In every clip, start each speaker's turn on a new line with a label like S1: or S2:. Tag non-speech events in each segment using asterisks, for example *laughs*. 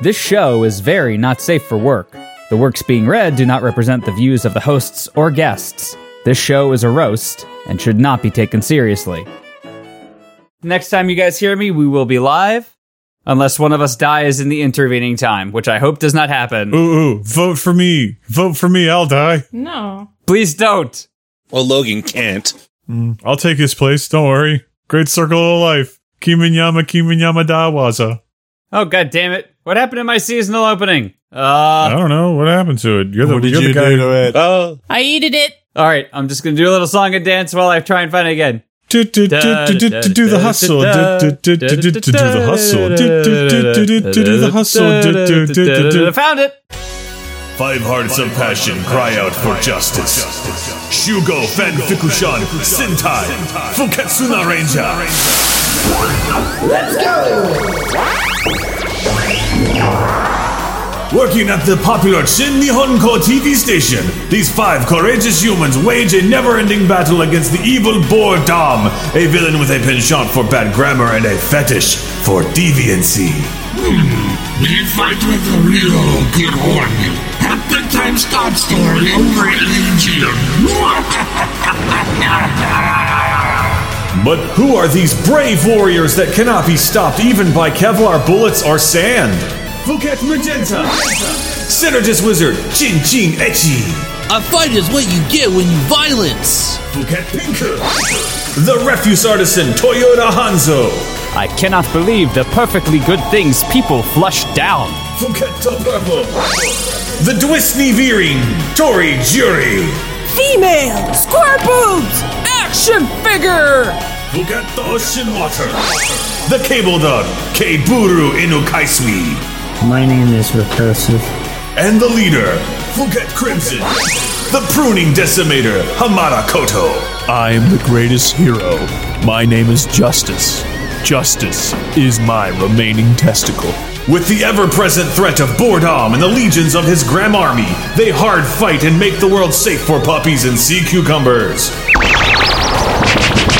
S1: This show is very not safe for work. The works being read do not represent the views of the hosts or guests. This show is a roast and should not be taken seriously. Next time you guys hear me, we will be live. Unless one of us dies in the intervening time, which I hope does not happen.
S2: Ooh, ooh, vote for me. Vote for me. I'll die.
S3: No.
S1: Please don't.
S4: Well, Logan can't.
S2: I'll take his place. Don't worry. Great circle of life. Kiminyama Kiminyama Dawaza.
S1: Oh god damn it. What happened to my seasonal opening? Uh
S2: I don't know what happened to it. You're the,
S5: What did
S2: you're
S5: you
S2: the guy.
S5: do to it?
S4: Oh,
S3: I eated it.
S1: alright, I'm just gonna do a little song and dance while I try and find it again.
S2: Do, do, do, do, do, do, do the hustle. Do, do, do, do, do, do, do the hustle. Do, do, do, do, do, do, do the hustle. Do, do, do, do, do.
S1: Found it.
S6: Five hearts of passion cry out for justice. Shugo Fan Fikushan Sentai Fukatsuna Ranger. Working at the popular Shin Nihonko TV station, these five courageous humans wage a never-ending battle against the evil Boar Dom, a villain with a penchant for bad grammar and a fetish for deviancy.
S7: Hmm. We fight with a real good one. At the time stop story over at Legion.
S6: But who are these brave warriors that cannot be stopped even by Kevlar bullets or sand? Phuket Magenta! Synergist Wizard, Jin Jin Echi!
S8: A fight is what you get when you violence.
S6: Phuket Pinker! The Refuse Artisan, Toyota Hanzo!
S1: I cannot believe the perfectly good things people flush down.
S6: Phuket the Purple! The Dwisney Veering, Tori Jury!
S9: Female square boobs action figure.
S6: Phuket the Ocean Water! The Cable Dog, Keiburu Inukaisui!
S10: My name is Recursive.
S6: And the leader, Phuket Crimson. The pruning decimator, Hamada Koto.
S5: I am the greatest hero. My name is Justice. Justice is my remaining testicle.
S6: With the ever present threat of boredom and the legions of his Gram Army, they hard fight and make the world safe for puppies and sea cucumbers.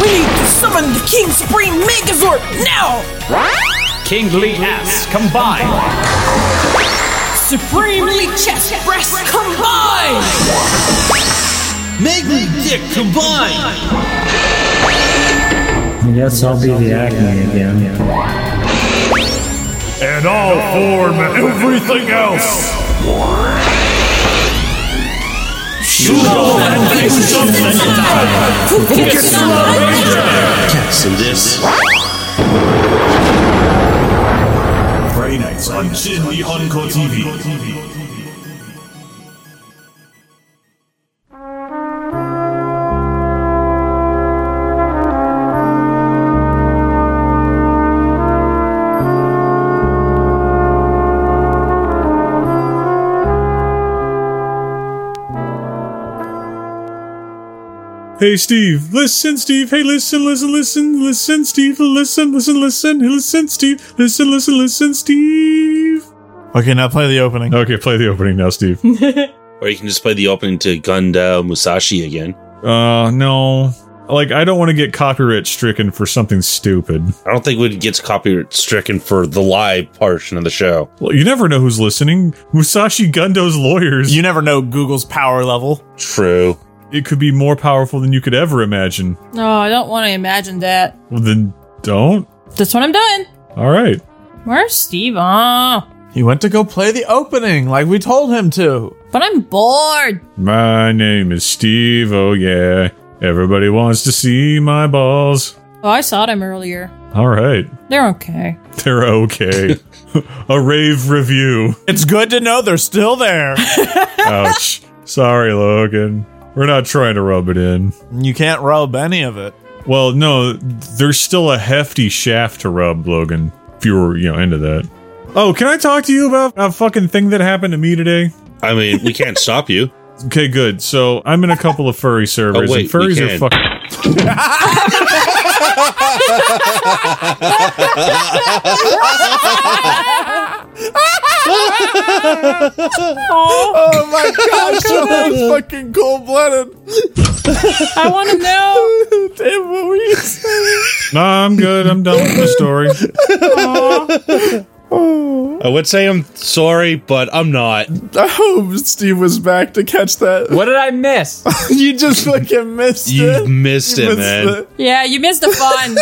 S9: We need to summon the King Supreme Megazord now.
S1: Kingly ass combined.
S9: Supremely chest breast combined.
S8: Meg me dick combined.
S10: I guess I'll be the acne again.
S2: And all form everything else.
S4: and this.
S6: Friday nights on Shin Nihonko TV.
S2: Hey, Steve. Listen, Steve. Hey, listen, listen, listen, listen, Steve. Listen, listen, listen, listen, Steve. Listen, listen, listen, Steve.
S5: Okay, now play the opening.
S2: Okay, play the opening now, Steve.
S4: Or you can just play the opening to Gundam Musashi again.
S2: Uh, no. Like, I don't want to get copyright stricken for something stupid.
S4: I don't think we'd get copyright stricken for the live portion of the show.
S2: Well, you never know who's listening. Musashi Gundo's lawyers.
S5: You never know Google's power level.
S4: True.
S2: it could be more powerful than you could ever imagine.
S3: No, I don't want to imagine that.
S2: Well, then don't.
S3: That's what I'm doing.
S2: All right.
S3: Where's Steve? Oh,
S5: He went to go play the opening like we told him to.
S3: but I'm bored.
S2: My name is Steve. Oh, yeah. Everybody wants to see my balls.
S3: Oh, I saw them earlier.
S2: All right.
S3: They're okay.
S2: *laughs* They're okay. A rave review.
S5: It's good to know they're still there. *laughs*
S2: Ouch. Sorry, Logan. We're not trying to rub it in.
S5: you can't rub any of it.
S2: Well, no, there's still a hefty shaft to rub, Logan, if you were, you know, into that. Oh, can I talk to you about a fucking thing that happened to me today?
S4: I mean, we *laughs* can't stop you.
S2: Okay, good. So I'm in a couple of furry servers,
S4: wait,
S2: and furries
S4: we
S2: are
S4: can.
S2: fucking.
S5: Oh my *laughs* gosh, that was fucking cold blooded.
S3: I want to know.
S5: *laughs* Damn, what were you saying?
S2: No, I'm good. I'm done with the story.
S4: I would say I'm sorry, but I'm not.
S5: I hope Steve was back to catch that.
S1: What did I *laughs* miss?
S5: *laughs* you just fucking missed
S4: You
S5: it.
S4: missed
S5: *laughs* You
S4: it,
S5: missed
S4: man.
S5: it.
S3: Yeah, you missed the fun.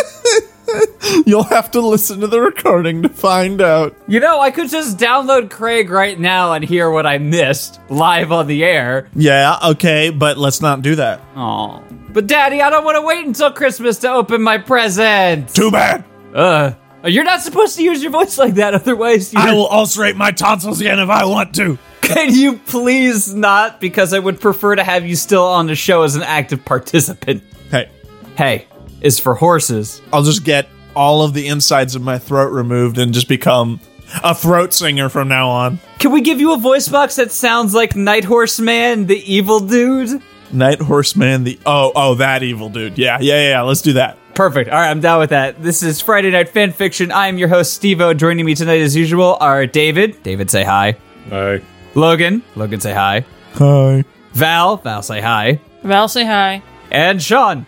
S3: *laughs*
S5: You'll have to listen to the recording to find out.
S1: You know, I could just download Craig right now and hear what I missed live on the air.
S5: Yeah, okay, but let's not do that.
S1: Aw. But Daddy, I don't want to wait until Christmas to open my present.
S11: Too bad.
S1: Uh, you're not supposed to use your voice like that, otherwise you
S11: I will ulcerate my tonsils again if I want to.
S1: Can you please not? Because I would prefer to have you still on the show as an active participant.
S5: Hey.
S1: Hey, is for horses.
S5: I'll just get all of the insides of my throat removed and just become a throat singer from now on.
S1: Can we give you a voice box that sounds like Night Horseman, the evil dude?
S5: Night Horseman, the oh oh that evil dude. Yeah, yeah, yeah. yeah, Let's do that.
S1: Perfect. All right, I'm down with that. This is Friday Night Fan Fiction. I am your host, Stevo. Joining me tonight, as usual, are David. David, say hi.
S2: Hi.
S1: Logan. Logan, say hi.
S5: Hi.
S1: Val. Val, say hi.
S3: Val, say hi.
S1: And Sean.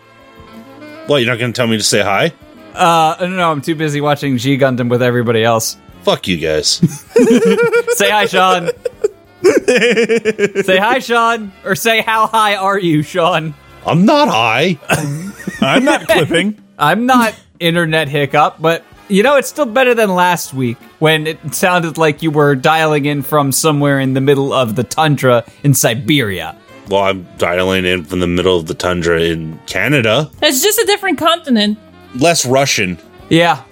S4: Well, you're not going to tell me to say hi?
S1: Uh, no, no, I'm too busy watching G Gundam with everybody else.
S4: Fuck you guys.
S1: Say hi, Sean. say hi, Sean. Or say, how high are you, Sean?
S4: *laughs* I'm not high.
S5: I'm not clipping.
S1: I'm not internet hiccup, but you know, it's still better than last week when it sounded like you were dialing in from somewhere in the middle of the tundra in Siberia.
S4: Well, I'm dialing in from the middle of the tundra in Canada.
S3: It's just a different
S5: *sighs*
S3: continent.
S4: Less Russian,
S1: Yeah.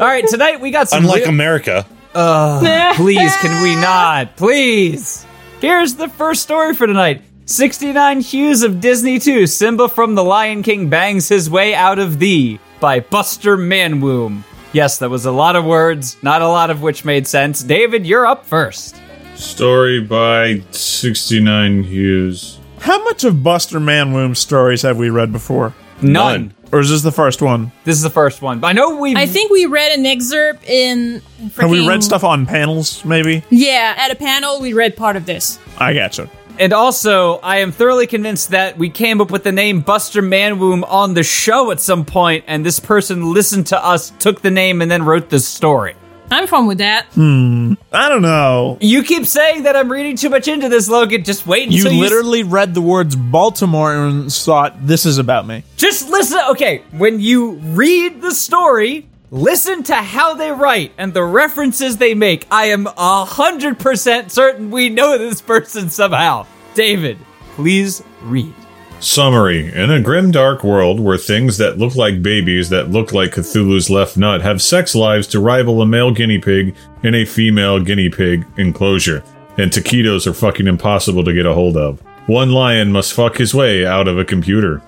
S1: All right, tonight we got some.
S4: unlike
S1: real-
S4: America.
S1: Ugh, please, can
S3: *laughs*
S1: we not? Please. Here's the first story for tonight 69 Hues of Disney 2 Simba from the Lion King Bangs His Way Out of Thee by Buster Manwomb. Yes, that was a lot of words, not a lot of which made sense. David, you're up first.
S2: Story by 69 Hughes.
S5: How much of Buster Manwomb stories have we read before?
S1: None.
S5: Or is this the first one?
S1: This is the first one. I know we.
S3: I think we read an excerpt in.
S5: Have we
S3: freaking-
S5: read stuff on panels, maybe?
S3: Yeah, at a panel, we read part of this.
S5: I gotcha.
S1: And also, I am thoroughly convinced that we came up with the name Buster Manwomb on the show at some point, and this person listened to us, took the name, and then wrote this story.
S3: I'm fine with that.
S5: Hmm. I don't know.
S1: You keep saying that I'm reading too much into this, Logan. Just wait until
S5: You
S1: you,
S5: literally read the words Baltimore and thought, this is about me.
S1: just listen. Okay, when you read the story, listen to how they write and the references they make. I am a hundred percent certain we know this person somehow. David, please read.
S2: Summary In a grim, dark world where things that look like babies that look like Cthulhu's left nut have sex lives to rival a male guinea pig in a female guinea pig enclosure, and taquitos are fucking impossible to get a hold of. One lion must fuck his way out of a computer.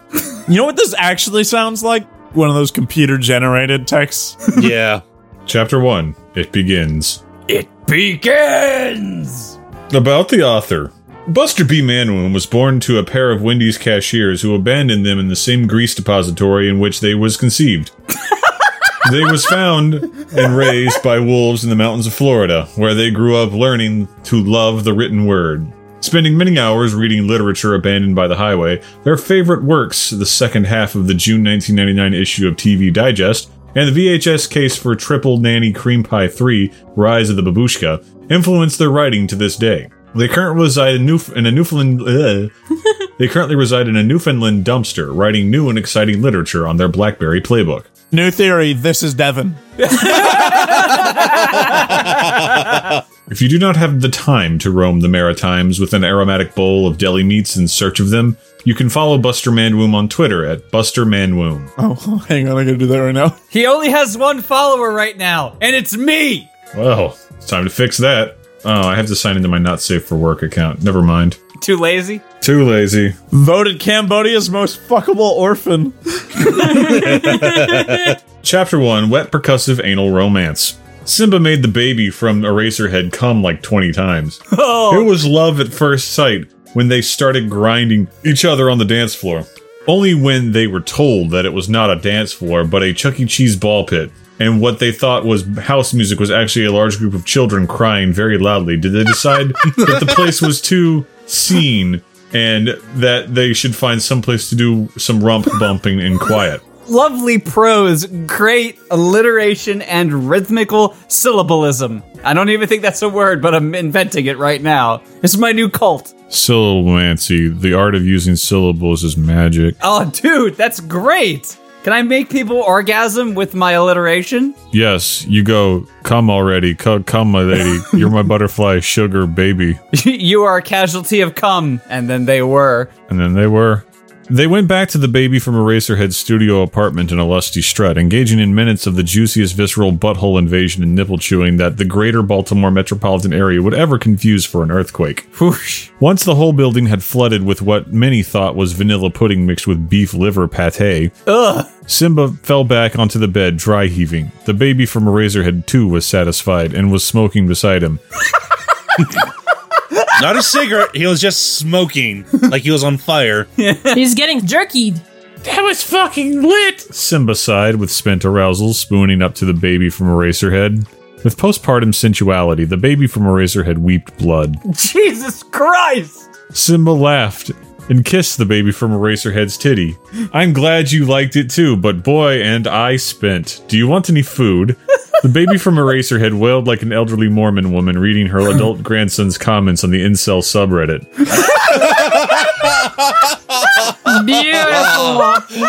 S5: You know what this actually sounds like? One of those computer generated texts.
S4: *laughs*
S5: *laughs*
S4: Yeah.
S2: Chapter 1 It Begins.
S1: It begins.
S2: About the author. Buster B. Manwomb was born to a pair of Wendy's cashiers who abandoned them in the same grease depository in which they was conceived. they was found and raised by wolves in the mountains of Florida, where they grew up learning to love the written word. Spending many hours reading literature abandoned by the highway, their favorite works, the second half of the June 1999 issue of TV Digest, and the VHS case for Triple Nanny Cream Pie 3, Rise of the Babushka, influenced their writing to this day. They currently reside in, Newf- in a Newfoundland. ugh. they currently reside in a Newfoundland dumpster, writing new and exciting literature on their BlackBerry playbook.
S5: New theory, this is Devin.
S2: If you do not have the time to roam the Maritimes with an aromatic bowl of deli meats in search of them, you can follow Buster Manwomb on Twitter at Buster Manwomb.
S5: Oh, *laughs* hang on, I gotta do that right now.
S1: He only has one follower right now, and it's me.
S2: Well, it's time to fix that. Oh, I have to sign into my not safe for work account. Never mind.
S1: Too lazy.
S2: Too lazy.
S5: Voted Cambodia's most fuckable orphan.
S2: Chapter 1 Wet Percussive Anal Romance. Simba made the baby from Eraserhead come like 20 times. It was love at first sight when they started grinding each other on the dance floor. Only when they were told that it was not a dance floor, but a Chuck E. Cheese ball pit, and what they thought was house music was actually a large group of children crying very loudly, did they decide that the place was too seen and that they should find someplace to do some rump bumping in quiet.
S1: lovely prose, great alliteration, and rhythmical syllabalism. I don't even think that's a word, but I'm inventing it right now. It's my new cult.
S2: Syllabomancy, the art of using syllables is magic.
S1: Oh, dude, that's great. Can I make people orgasm with my alliteration? *laughs*
S2: Yes, you go, come already, co- come, my lady. You're my butterfly, sugar, baby.
S1: you are a casualty of cum. And then they were.
S2: And then they were. They went back to the baby from Eraserhead's studio apartment in a lusty strut, engaging in minutes of the juiciest visceral butthole invasion and nipple chewing that the greater Baltimore metropolitan area would ever confuse for an earthquake. Once the whole building had flooded with what many thought was vanilla pudding mixed with beef liver pate,
S1: Ugh.
S2: Simba fell back onto the bed, dry heaving. The baby from Eraserhead too was satisfied and was smoking beside him.
S4: Not a cigarette. He was just smoking like he was on fire.
S3: He's getting
S5: *laughs*
S3: jerkied. That was fucking lit.
S2: Simba sighed with spent arousal, spooning up to the baby from Eraserhead. With postpartum sensuality, the baby from Eraserhead weeped blood.
S1: *laughs* Jesus Christ!
S2: Simba laughed and kissed the baby from Eraserhead's titty. I'm glad you liked it too, but boy, and I spent. Do you want any food? The baby from Eraserhead wailed like an elderly Mormon woman reading her adult grandson's comments on the incel subreddit.
S3: Beautiful.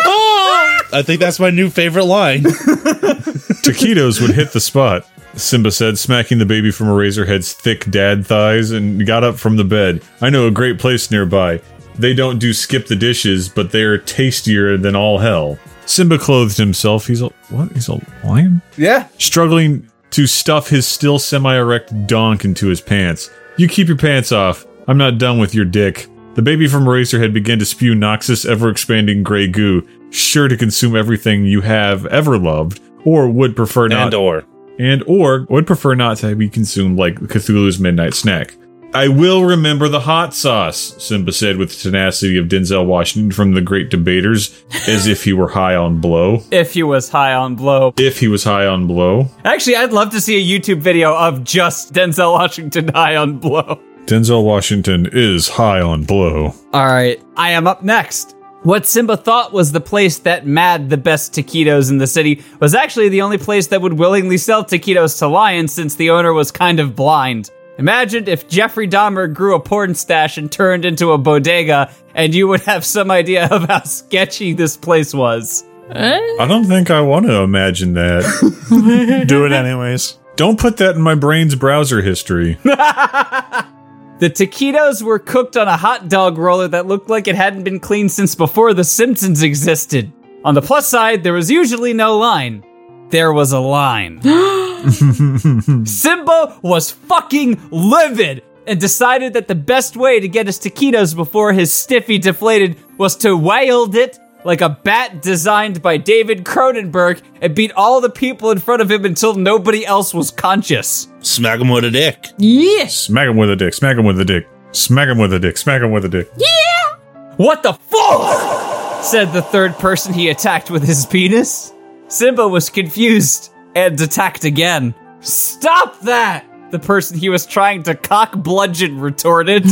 S4: I think that's my new favorite line.
S2: Taquitos would hit the spot, Simba said, smacking the baby from Eraserhead's thick dad thighs, and got up from the bed. I know a great place nearby. They don't do skip the dishes, but they're tastier than all hell. Simba clothed himself. He's a what? He's a lion?
S1: Yeah.
S2: Struggling to stuff his still semi erect donk into his pants. You keep your pants off. I'm not done with your dick. The baby from Eraserhead began to spew noxious, ever expanding gray goo, sure to consume everything you have ever loved, or would prefer not
S4: And or.
S2: and or would prefer not to be consumed like Cthulhu's midnight snack. I will remember the hot sauce, Simba said with tenacity of Denzel Washington from The Great Debaters, as if he were high on blow.
S1: If he was high on blow.
S2: If he was high on blow.
S1: Actually, I'd love to see a YouTube video of just Denzel Washington high on blow.
S2: Denzel Washington is high on blow.
S1: All right, I am up next. What Simba thought was the place that mad the best taquitos in the city was actually the only place that would willingly sell taquitos to lions since the owner was kind of blind. Imagine if Jeffrey Dahmer grew a porn stash and turned into a bodega, and you would have some idea of how sketchy this place was.
S2: I don't think I want to imagine that.
S5: Do it anyways.
S2: Don't put that in my brain's browser history.
S1: The taquitos were cooked on a hot dog roller that looked like it hadn't been cleaned since before The Simpsons existed. On the plus side, there was usually no line. There was a line. *gasps* Simba was fucking livid and decided that the best way to get his taquitos before his stiffy deflated was to wild it like a bat designed by David Cronenberg and beat all the people in front of him until nobody else was conscious.
S4: Smack him with a dick.
S3: Yes.
S2: Smack him with a dick, smack him with a dick, smack him with a dick, smack him with a dick.
S1: What the fuck? said the third person he attacked with his penis. Simba was confused and attacked again. Stop that! The person he was trying to cock bludgeon retorted.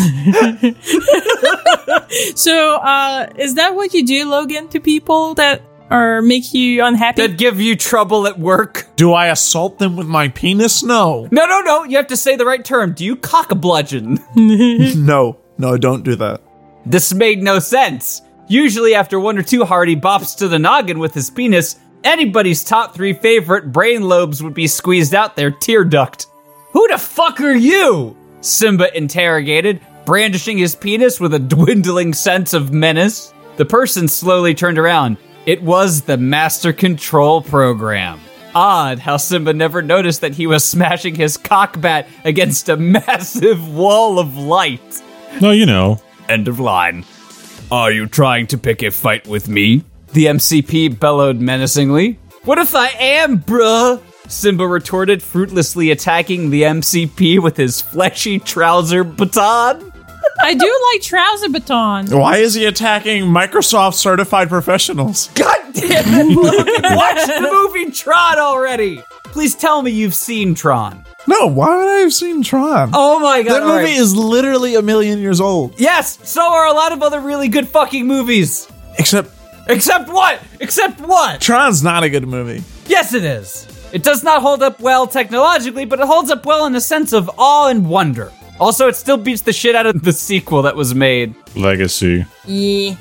S3: So, uh, is that what you do, Logan, to people that are make you unhappy?
S1: that give you trouble at work.
S5: Do I assault them with my penis? No.
S1: No, no, no, you have to say the right term. Do you cock bludgeon?
S5: No. No, don't do that.
S1: This made no sense. Usually, after one or two hearty bops to the noggin with his penis, anybody's top three favorite brain lobes would be squeezed out their tear duct. Who the fuck are you? Simba interrogated, brandishing his penis with a dwindling sense of menace. The person slowly turned around. It was the Master Control Program. Odd how Simba never noticed that he was smashing his cockbat against a *laughs* massive wall of light.
S2: No, you know.
S1: End of line. Are you trying to pick a fight with me? The MCP bellowed menacingly. What if I am, bruh? Simba retorted, fruitlessly attacking the MCP with his fleshy trouser baton.
S3: I do like trouser baton.
S5: Why is he attacking Microsoft certified professionals?
S1: God damn it,
S5: *laughs*
S1: Logan, watch the movie Tron already! Please tell me you've seen Tron.
S5: No, why would I have seen Tron?
S1: Oh my god.
S5: that
S1: all
S5: movie
S1: right.
S5: is literally a million years old.
S1: Yes, so are a lot of other really good fucking movies.
S5: Except
S1: Except what? Except what?
S5: Tron's not a good movie.
S1: Yes, it is. It does not hold up well technologically, but it holds up well in a sense of awe and wonder. Also, it still beats the shit out of the sequel that was made.
S2: Legacy.
S3: Yeah.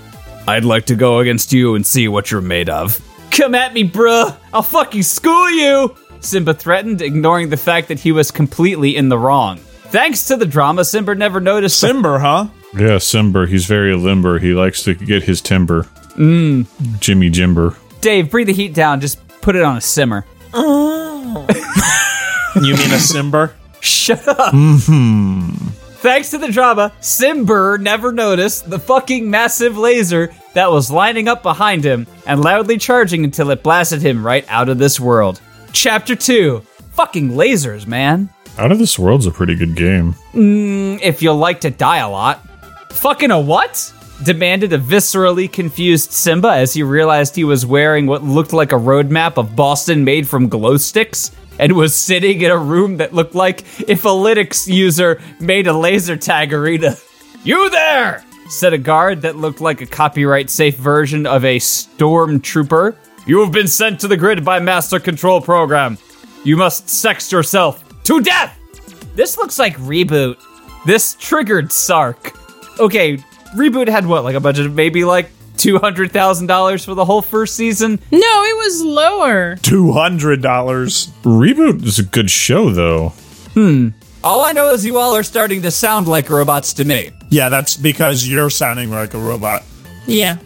S1: I'd like to go against you and see what you're made of. Come at me, bruh. I'll fucking school you. Simba threatened, ignoring the fact that he was completely in the wrong. Thanks to the drama, Simba never noticed.
S5: Simba, huh?
S2: Yeah, Simber. He's very limber. He likes to get his timber.
S1: Mm.
S2: Jimmy Jimber.
S1: Dave, breathe the heat down. Just put it on a simmer.
S5: You mean a Simber?
S1: Shut up.
S5: Mm-hmm.
S1: Thanks to the drama, Simber never noticed the fucking massive laser that was lining up behind him and loudly charging until it blasted him right out of this world. Chapter 2 Fucking lasers, man.
S2: Out of this world's a pretty good game.
S1: Mm, if you like to die a lot. Fucking a what? Demanded a viscerally confused Simba as he realized he was wearing what looked like a roadmap of Boston made from glow sticks and was sitting in a room that looked like if a Linux user made a laser tag arena. You there! said a guard that looked like a copyright safe version of a stormtrooper. You have been sent to the grid by Master Control Program. You must sex yourself to death! This looks like Reboot. This triggered Sark. Okay, Reboot had what, like a budget of maybe like $200,000 for the whole first season?
S3: No, it was lower.
S5: *laughs* Two hundred dollars.
S2: Reboot is a good show, though.
S1: Hmm. All I know is you all are starting to sound like robots to me.
S5: Yeah, that's because you're sounding like a robot.
S3: Yeah.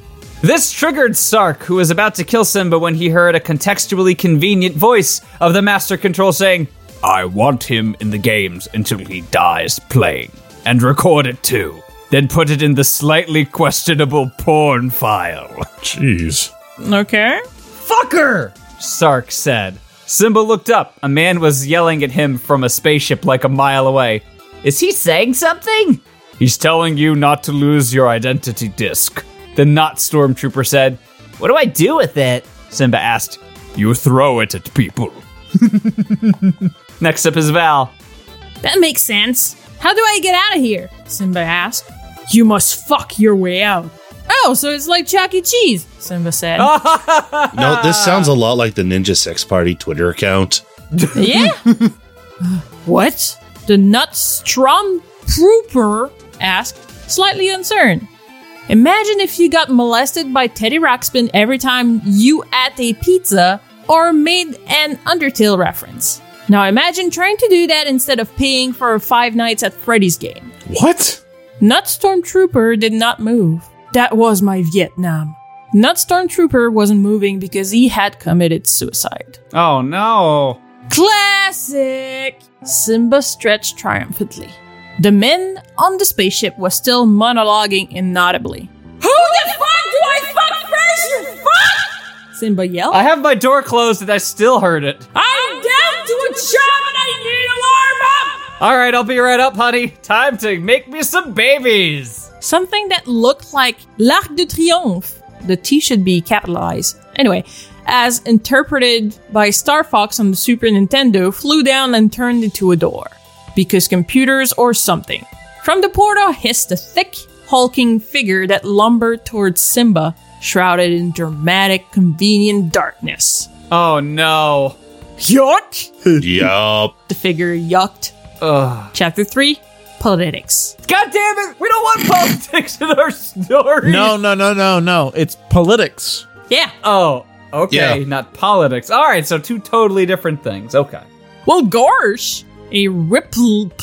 S1: This triggered Sark, who was about to kill Simba when he heard a contextually convenient voice of the Master Control saying, I want him in the games until he dies playing, and record it too. Then put it in the slightly questionable porn file. *laughs*
S2: Jeez.
S3: Okay.
S1: Fucker! Sark said. Simba looked up. A man was yelling at him from a spaceship like a mile away. Is he saying something? He's telling you not to lose your identity disk. The not stormtrooper said. What do I do with it? Simba asked. You throw it at *laughs* people. Next up is Val.
S3: That makes sense. How do I get out of here? Simba asked. You must fuck your way out. Oh, so it's like Chuck E. Cheese, Simba said.
S12: No, this sounds a lot like the Ninja Sex Party Twitter
S4: *laughs*
S12: account.
S3: yeah? *laughs* what? The Nutstrom Trooper asked, slightly concerned. Imagine if you got molested by Teddy Ruxpin every time you ate a pizza or made an Undertale reference. Now imagine trying to do that instead of paying for a Five Nights at Freddy's game.
S12: What?
S3: Nut Stormtrooper did not move. That was my Vietnam. Nut Stormtrooper wasn't moving because he had committed suicide.
S1: Oh no.
S3: Classic! Simba stretched triumphantly. The men on the spaceship were still monologuing inaudibly. Who the fuck do I fuck first, you fuck? Simba yelled.
S1: I have my door closed and I still heard it.
S3: I'm down to a job and I need a warm up!
S1: All right, I'll be right up, honey. Time to make me some babies.
S3: Something that looked like L'Arc de Triomphe. The T should be capitalized. Anyway, as interpreted by Star Fox on the Super Nintendo, flew down and turned into a door. Because computers or something. From the portal hissed a thick, hulking figure that lumbered towards Simba, shrouded in dramatic, convenient darkness.
S1: Oh no.
S3: Yuck!
S12: yup.
S3: The figure yucked.
S1: Ugh.
S3: Chapter 3 Politics.
S1: God damn it! We don't want politics in our story.
S5: No, no, no, no, no. It's politics.
S3: Yeah.
S1: Oh, okay.
S5: Yeah.
S1: Not politics. All right, so two totally different things. Okay.
S3: Well, gosh! A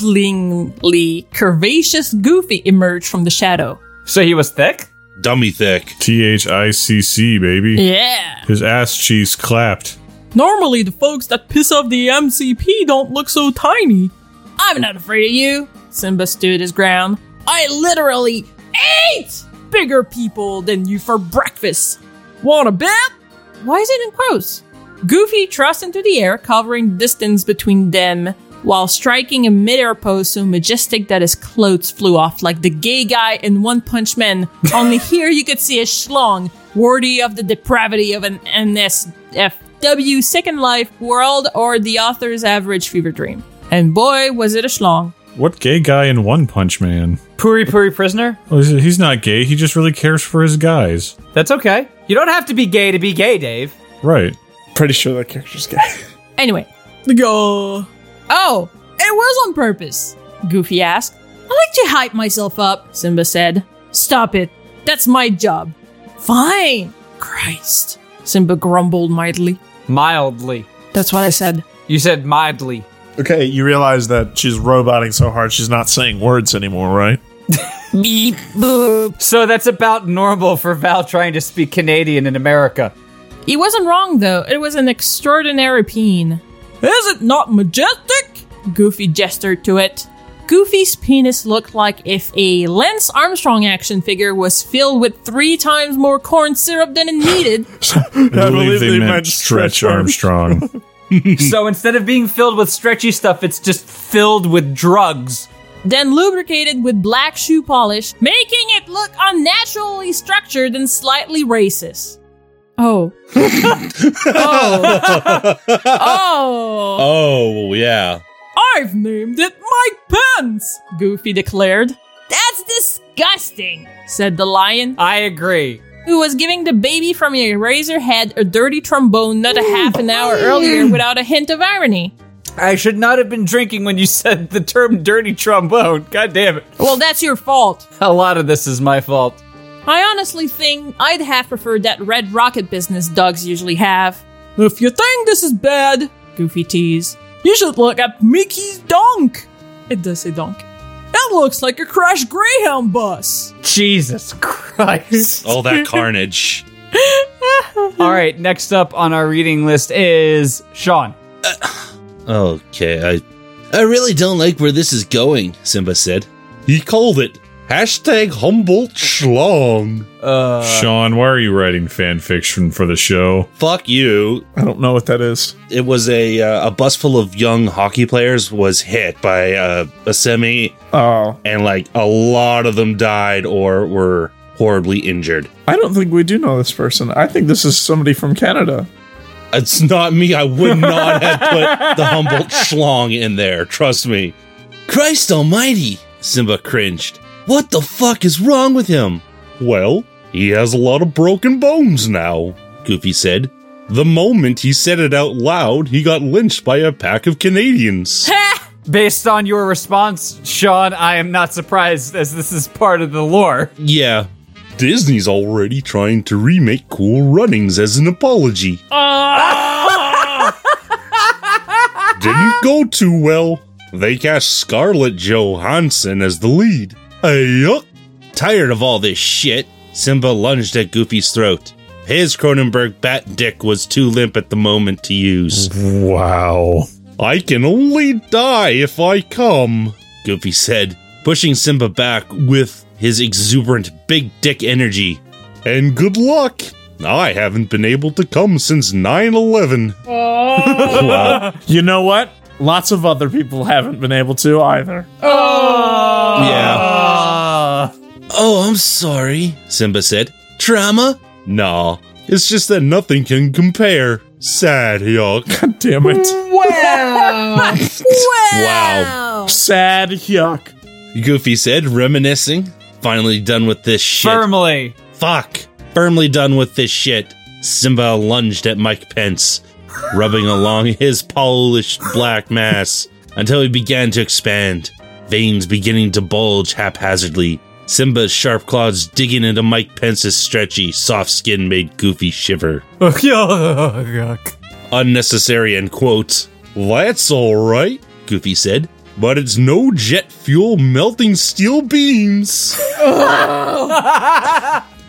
S3: ripplingly curvaceous goofy emerged from the shadow.
S1: So he was thick?
S12: Dummy thick.
S2: T H I C C, baby.
S3: Yeah.
S2: His ass cheeks clapped.
S3: Normally, the folks that piss off the MCP don't look so tiny. I'm not afraid of you. Simba stood his ground. I literally ate bigger people than you for breakfast. Want a bet? Why is it in quotes? Goofy thrust into the air, covering distance between them, while striking a midair pose so majestic that his clothes flew off like the gay guy in One Punch Man. Only here you could see a schlong worthy of the depravity of an NSFW Second Life world or the author's average fever dream. And boy, was it a schlong.
S2: What gay guy in One Punch Man?
S1: Puri Puri Prisoner?
S2: Oh, he's- He's not gay. He just really cares for his guys.
S1: That's okay. You don't have to be gay to be gay, Dave.
S2: Right.
S5: Pretty sure that character's gay. *laughs*
S3: Anyway, go. Oh, it was on purpose. Goofy asked. I like to hype myself up, Simba said. Stop it. That's my job. Fine. Christ. Simba grumbled mightily.
S1: Mildly.
S3: That's what I said.
S1: You said mildly.
S5: Okay, you realize that she's roboting so hard she's not saying words anymore, *laughs* right?
S3: Beep boop.
S1: So that's about normal for Val trying to speak Canadian in *laughs* America.
S3: He wasn't wrong, though. It was an extraordinary peen. Is it not majestic? Goofy gestured to it. Goofy's penis looked like if a Lance Armstrong action figure was filled with three times more corn syrup than it *laughs* needed.
S2: *laughs* I believe, they, meant, Stretch *laughs* Armstrong.
S1: so instead of being filled with stretchy stuff, it's just filled with drugs.
S3: then lubricated with black shoe polish, making it look unnaturally structured and slightly racist. Oh. *laughs* oh. oh.
S4: Oh, yeah.
S3: I've named it Mike Pence, Goofy declared. That's disgusting, said the lion,
S1: I agree.
S3: who was giving the baby from a razor head a dirty trombone not a half an hour earlier without a hint of irony.
S1: I should not have been drinking when you said the term dirty trombone. God damn it.
S3: Well, that's your fault.
S1: A lot of this is my fault.
S3: I honestly think I'd have preferred that red rocket business dogs usually have. If you think this is bad, Goofy teased, you should look at Mickey's donk. It does say donk. It looks like a crashed Greyhound bus.
S1: Jesus Christ.
S4: *laughs* All that carnage.
S1: All right, next up on our reading list is Sean.
S4: Okay, I I really don't like where this is going, Simba said. He called it hashtag Humboldt Schlong.
S1: Uh,
S2: Sean, why are you writing fan fiction for the show?
S4: Fuck you.
S5: I don't know what that is.
S4: It was a uh, a bus full of young hockey players was hit by uh, a semi,
S5: Oh,
S4: and like a lot of them died or were horribly injured.
S5: I don't think we do know this person. I think this is somebody from Canada.
S4: It's not me. I would not have put the Humboldt Schlong in there. Trust me. Christ Almighty! Simba cringed. What the fuck is wrong with him? Well, he has a lot of broken bones now, Goofy said. The moment he said it out loud, he got lynched by a pack of Canadians.
S1: Based on your response, Sean, I am not surprised as this is part of the lore.
S4: *laughs* yeah. Disney's already trying to remake Cool Runnings as an *laughs* apology. didn't go too well. They cast Scarlett Johansson as the lead. Ayup. Tired of all this shit, Simba lunged at Goofy's throat. His Cronenberg bat dick was too limp at the moment to use.
S2: Wow.
S4: I can only die if I come, Goofy said, pushing Simba back with his exuberant big dick energy. And good luck! I haven't been able to come since 9 11.
S5: You know what? Lots of other people haven't been able to either.
S4: Yeah.
S1: Uh,
S4: Oh, I'm sorry, Simba said. Trauma? Nah, it's just that nothing can compare. Sad, yuck.
S5: Damn it.
S3: Wow.
S4: Wow.
S5: *laughs* Sad yuck.
S4: Goofy said, reminiscing. Finally done with this shit.
S1: Firmly. *laughs*
S4: Fuck. Firmly done with this shit. Simba lunged at Mike Pence, rubbing along *laughs* his polished black mass until he began to expand, veins beginning to bulge haphazardly. Simba's sharp claws digging into Mike Pence's stretchy, soft skin made Goofy shiver. Unnecessary end quote. That's alright, Goofy said, but it's no jet fuel melting steel beams.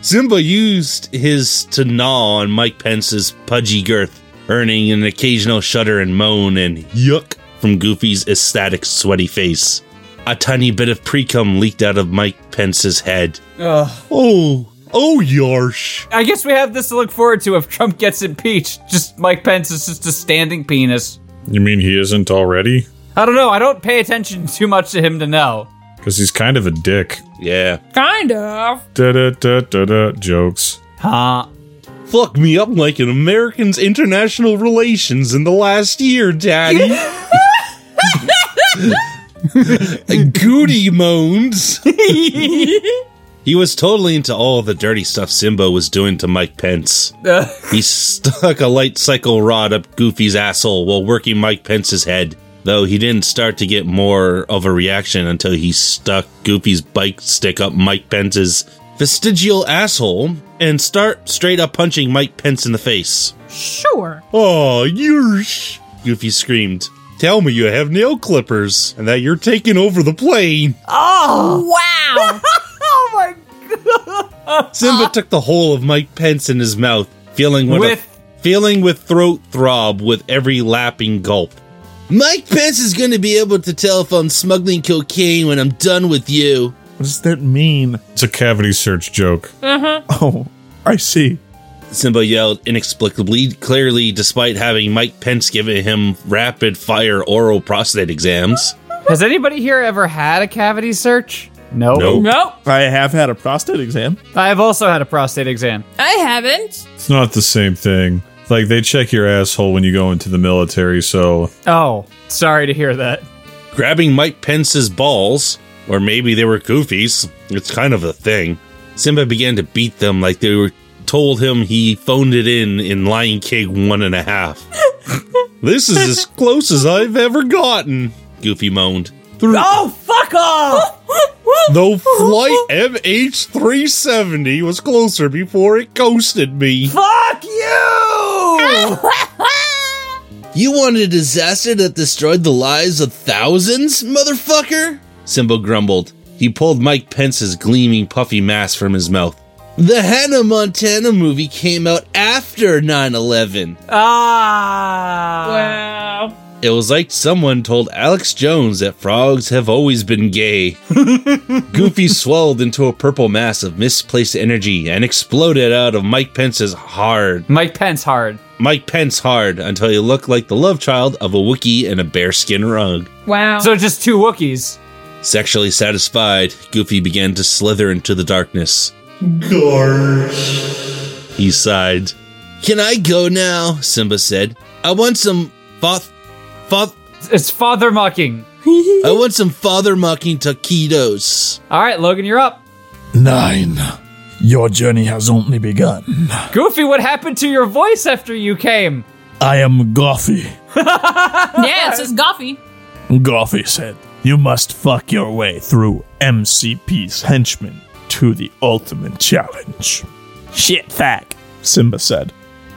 S4: Simba used his to gnaw on Mike Pence's pudgy girth, earning an occasional shudder and moan and yuck from Goofy's ecstatic, sweaty face. A tiny bit of precum leaked out of Mike Pence's head. Oh, oh, yarsh.
S1: I guess we have this to look forward to if Trump gets impeached. Just Mike Pence is just a standing penis.
S2: You mean he isn't already?
S1: I don't know. I don't pay attention too much to him to know.
S2: Because he's kind of a dick.
S4: Yeah.
S3: kind of.
S2: Da da da da da jokes.
S1: Huh.
S4: Fuck me up like an American's *laughs* international relations in the last year, Daddy. Goody moans. *laughs* he was totally into all the dirty stuff Simba was doing to Mike Pence. he stuck a light cycle rod up Goofy's asshole while working Mike Pence's head, though he didn't start to get more of a reaction until he stuck Goofy's bike stick up Mike Pence's vestigial asshole and start straight up punching Mike Pence in the face.
S3: Sure.
S4: Oh, yeesh! Goofy screamed. Tell me you have nail clippers and that you're taking over the plane.
S3: Oh wow! oh my
S4: Simba took the whole of Mike Pence in his mouth, feeling what
S1: With-
S4: a, feeling with throat throb with every lapping gulp. Mike Pence is going to be able to tell if I'm smuggling cocaine when I'm done with you.
S5: What does that mean?
S2: It's a cavity search joke.
S3: Mm-hmm.
S5: Oh, I see.
S4: Simba yelled inexplicably, clearly, despite having Mike Pence giving him rapid fire oral prostate exams.
S1: Has anybody here ever had a cavity search? No.
S4: Nope.
S3: Nope.
S5: I have had a prostate exam.
S1: I have also had a prostate exam.
S3: I haven't.
S2: It's not the same thing. Like they check your asshole when you go into the military, so
S1: Oh, sorry to hear that.
S4: Grabbing Mike Pence's balls, or maybe they were goofies, it's kind of a thing. Simba began to beat them like they were told him he phoned it in in Lion King one and a half. *laughs* this is as close as I've ever gotten, Goofy moaned. Through
S9: Oh, fuck off!
S4: *laughs* The flight MH370 was closer before it ghosted me.
S9: fuck you!
S4: You wanted a disaster that destroyed the lives of thousands, motherfucker? Simba grumbled. He pulled Mike Pence's gleaming, puffy mass from his mouth. The Hannah Montana movie came out after 9 11.
S1: Ah.
S3: Wow.
S4: It was like someone told Alex Jones that frogs have always been gay. Goofy swelled into a purple mass of misplaced energy and exploded out of Mike Pence's hard.
S1: Mike Pence hard.
S4: Mike Pence hard until he looked like the love child of a Wookiee in a bearskin rug.
S3: Wow.
S1: So just two Wookiees.
S4: Sexually satisfied, Goofy began to slither into the darkness. He sighed. Can I go now? Simba said. I want some foth, foth.
S1: It's father mucking.
S4: I want some father mocking taquitos.
S1: All right, Logan, you're up.
S13: Nine. Your journey has only begun.
S1: Goofy, what happened to your voice after you came?
S13: I am Goffy.
S3: yeah, it says Goffy.
S5: Goffy said, You must fuck your way through MCP's henchmen to the ultimate challenge. Shit fact, Simba said.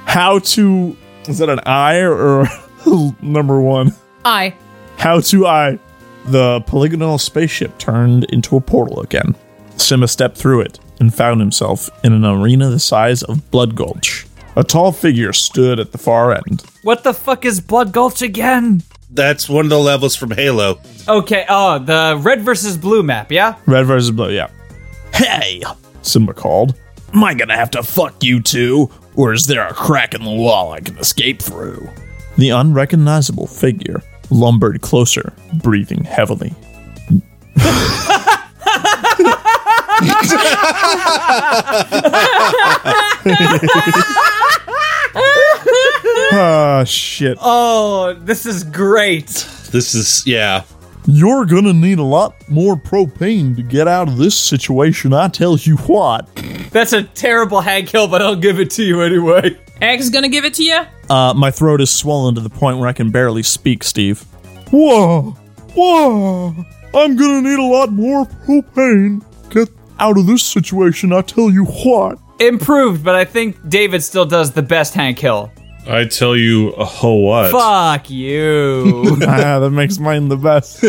S5: How to. Is that an I or *laughs* number one?
S3: I.
S5: How to I. The polygonal spaceship turned into a portal again. Simba stepped through it and found himself in an arena the size of Blood Gulch. A tall figure stood at the far end.
S1: What the fuck is Blood Gulch again?
S4: That's one of the levels from Halo.
S1: Okay, oh, the red versus blue map, yeah?
S5: Red versus blue, yeah. Hey, Simba called. Am I gonna have to fuck you too? Or is there a crack in the wall I can escape through? The unrecognizable figure lumbered closer, breathing heavily. Ah, shit.
S1: Oh, this is great.
S4: This is, yeah.
S5: You're gonna need a lot more propane to get out of this situation, I tell you what.
S1: That's a terrible hag kill, but I'll give it to you anyway.
S3: Egg is gonna give it to you.
S5: Uh, my throat is swollen to the point where I can barely speak, Steve. Whoa! Whoa! I'm gonna need a lot more propane. Get out of this situation, I tell you what.
S1: Improved, but I think David still does the best hag kill.
S2: I tell you a whole what.
S1: Fuck
S5: *laughs*
S1: you.
S5: *laughs*
S1: *laughs*
S5: ah, that makes mine the best.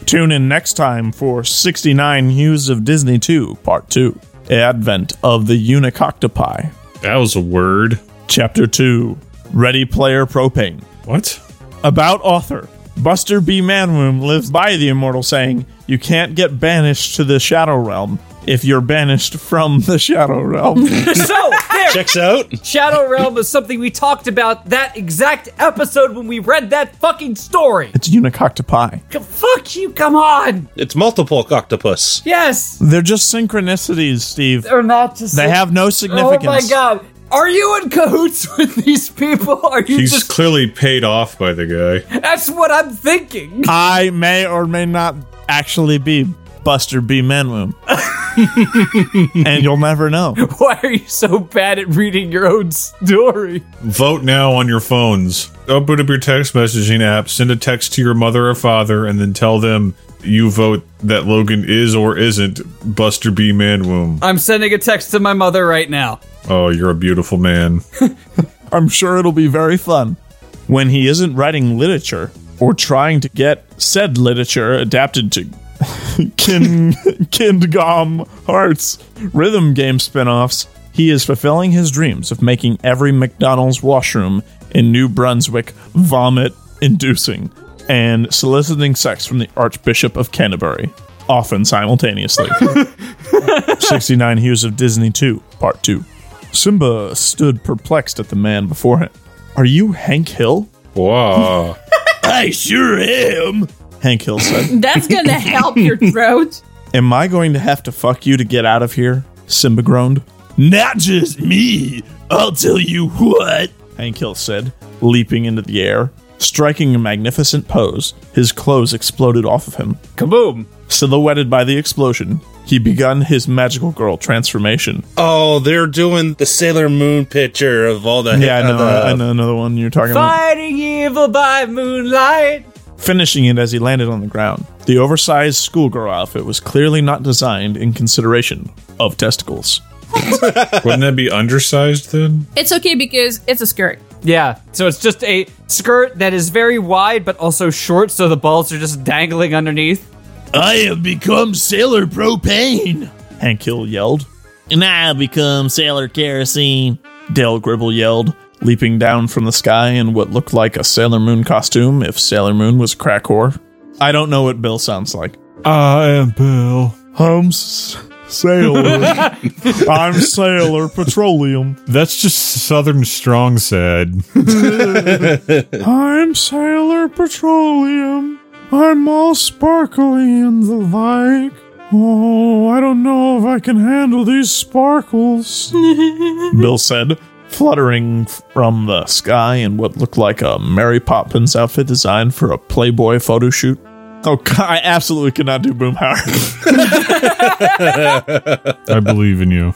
S5: *laughs* Tune in next time for 69 Hues of Disney 2, Part 2 Advent of the Unicoctopi,
S2: That was a word.
S5: Chapter 2 Ready Player Propane.
S2: What?
S5: About author. Buster B. Manwomb lives by the immortal saying, You can't get banished to the Shadow Realm if you're banished from *laughs* the Shadow Realm.
S1: so, there.
S4: Checks out.
S1: Shadow Realm is something we talked about that exact episode when we read that fucking story.
S5: it's Unicoctopi.
S1: C- Fuck you, come on.
S4: It's multiple octopus.
S1: Yes.
S5: They're just synchronicities, Steve.
S1: They're not just.
S5: They have no
S1: Oh my
S5: significance.
S1: god. Are you in cahoots *laughs* with these people? Are you
S2: He's
S1: just?
S2: clearly paid off by the guy.
S1: That's what I'm thinking.
S5: I may or may not actually be Buster B. Manwomb. and you'll never know.
S1: *laughs* Why are you so bad at reading your own story?
S2: Vote now on your phones. Open up your text messaging app, send a text to your mother or father, and then tell them you vote that Logan is or isn't Buster B. Manwomb.
S1: I'm sending a text to my mother right now.
S2: Oh, you're a beautiful man.
S5: I'm sure it'll be very fun. When he isn't writing literature or trying to get said literature adapted *laughs* to kin Kindgom Hearts rhythm game spin-offs, he is fulfilling his dreams of making every McDonald's washroom in New Brunswick vomit inducing and soliciting sex from the Archbishop of Canterbury, often *laughs* simultaneously. 69 Hues of Disney 2, Part 2. Simba stood perplexed at the man before him. Are you Hank Hill?
S2: *laughs* Wow.
S5: I sure am, Hank Hill said. *laughs*
S3: That's gonna help your throat.
S5: Am I going to have to fuck you to get out of here? Simba groaned.
S13: Not just me. I'll tell you what.
S5: Hank Hill said, leaping into the air. Striking a magnificent pose, his clothes exploded off of him. Mm.
S1: Kaboom!
S5: Silhouetted by the explosion, he begun his magical girl transformation.
S4: Oh, they're doing the Sailor Moon picture of all the.
S13: uh,
S5: yeah, I know,
S4: of the-
S5: I know another one you're talking about.
S1: Fighting evil by moonlight.
S5: finishing it as he landed on the ground. The oversized schoolgirl outfit was clearly not designed in consideration of testicles.
S2: Wouldn't that be undersized then?
S3: It's okay because it's a skirt.
S1: Yeah, so it's just a skirt that is very wide but also short, so the balls are just dangling underneath.
S13: I have become Sailor Propane.
S5: Hank Hill yelled.
S13: And I become Sailor Kerosene.
S5: Dale Gribble yelled, leaping down from the sky in what looked like a Sailor Moon costume if Sailor Moon was crack whore. I don't know what Bill sounds like.
S13: I am Bill. I'm s-
S5: *laughs*
S13: Sailor. I'm Sailor Petroleum.
S2: That's just Southern strong sad.
S13: I'm Sailor Petroleum. I'm all sparkly and the like. Oh, I don't know if I can handle these
S5: *laughs*
S13: sparkles.
S5: Bill said, fluttering from the sky in what looked like a Mary Poppins outfit designed for a Playboy photo shoot. Oh, *laughs* God, I absolutely could not do Boomhauer.
S2: I believe in you.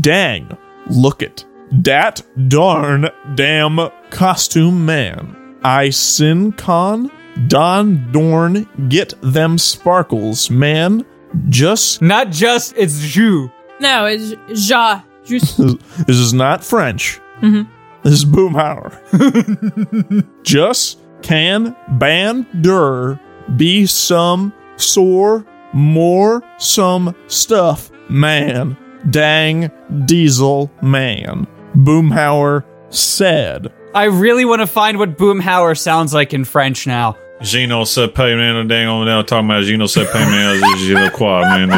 S5: Dang, look it. Dat darn damn costume man. I sin con don dorn get them sparkles, man. Just
S1: not just it's Jew.
S3: No, it's ja. Just
S5: This is not French. This is Boomhauer. Just can bander be some sore more some stuff man. Dang diesel man. Boomhauer said.
S1: I really want to find what Boomhauer sounds like in French now.
S2: *laughs* Gino said pay man and dang on now talking about Gino said pay man as Gino quad *laughs*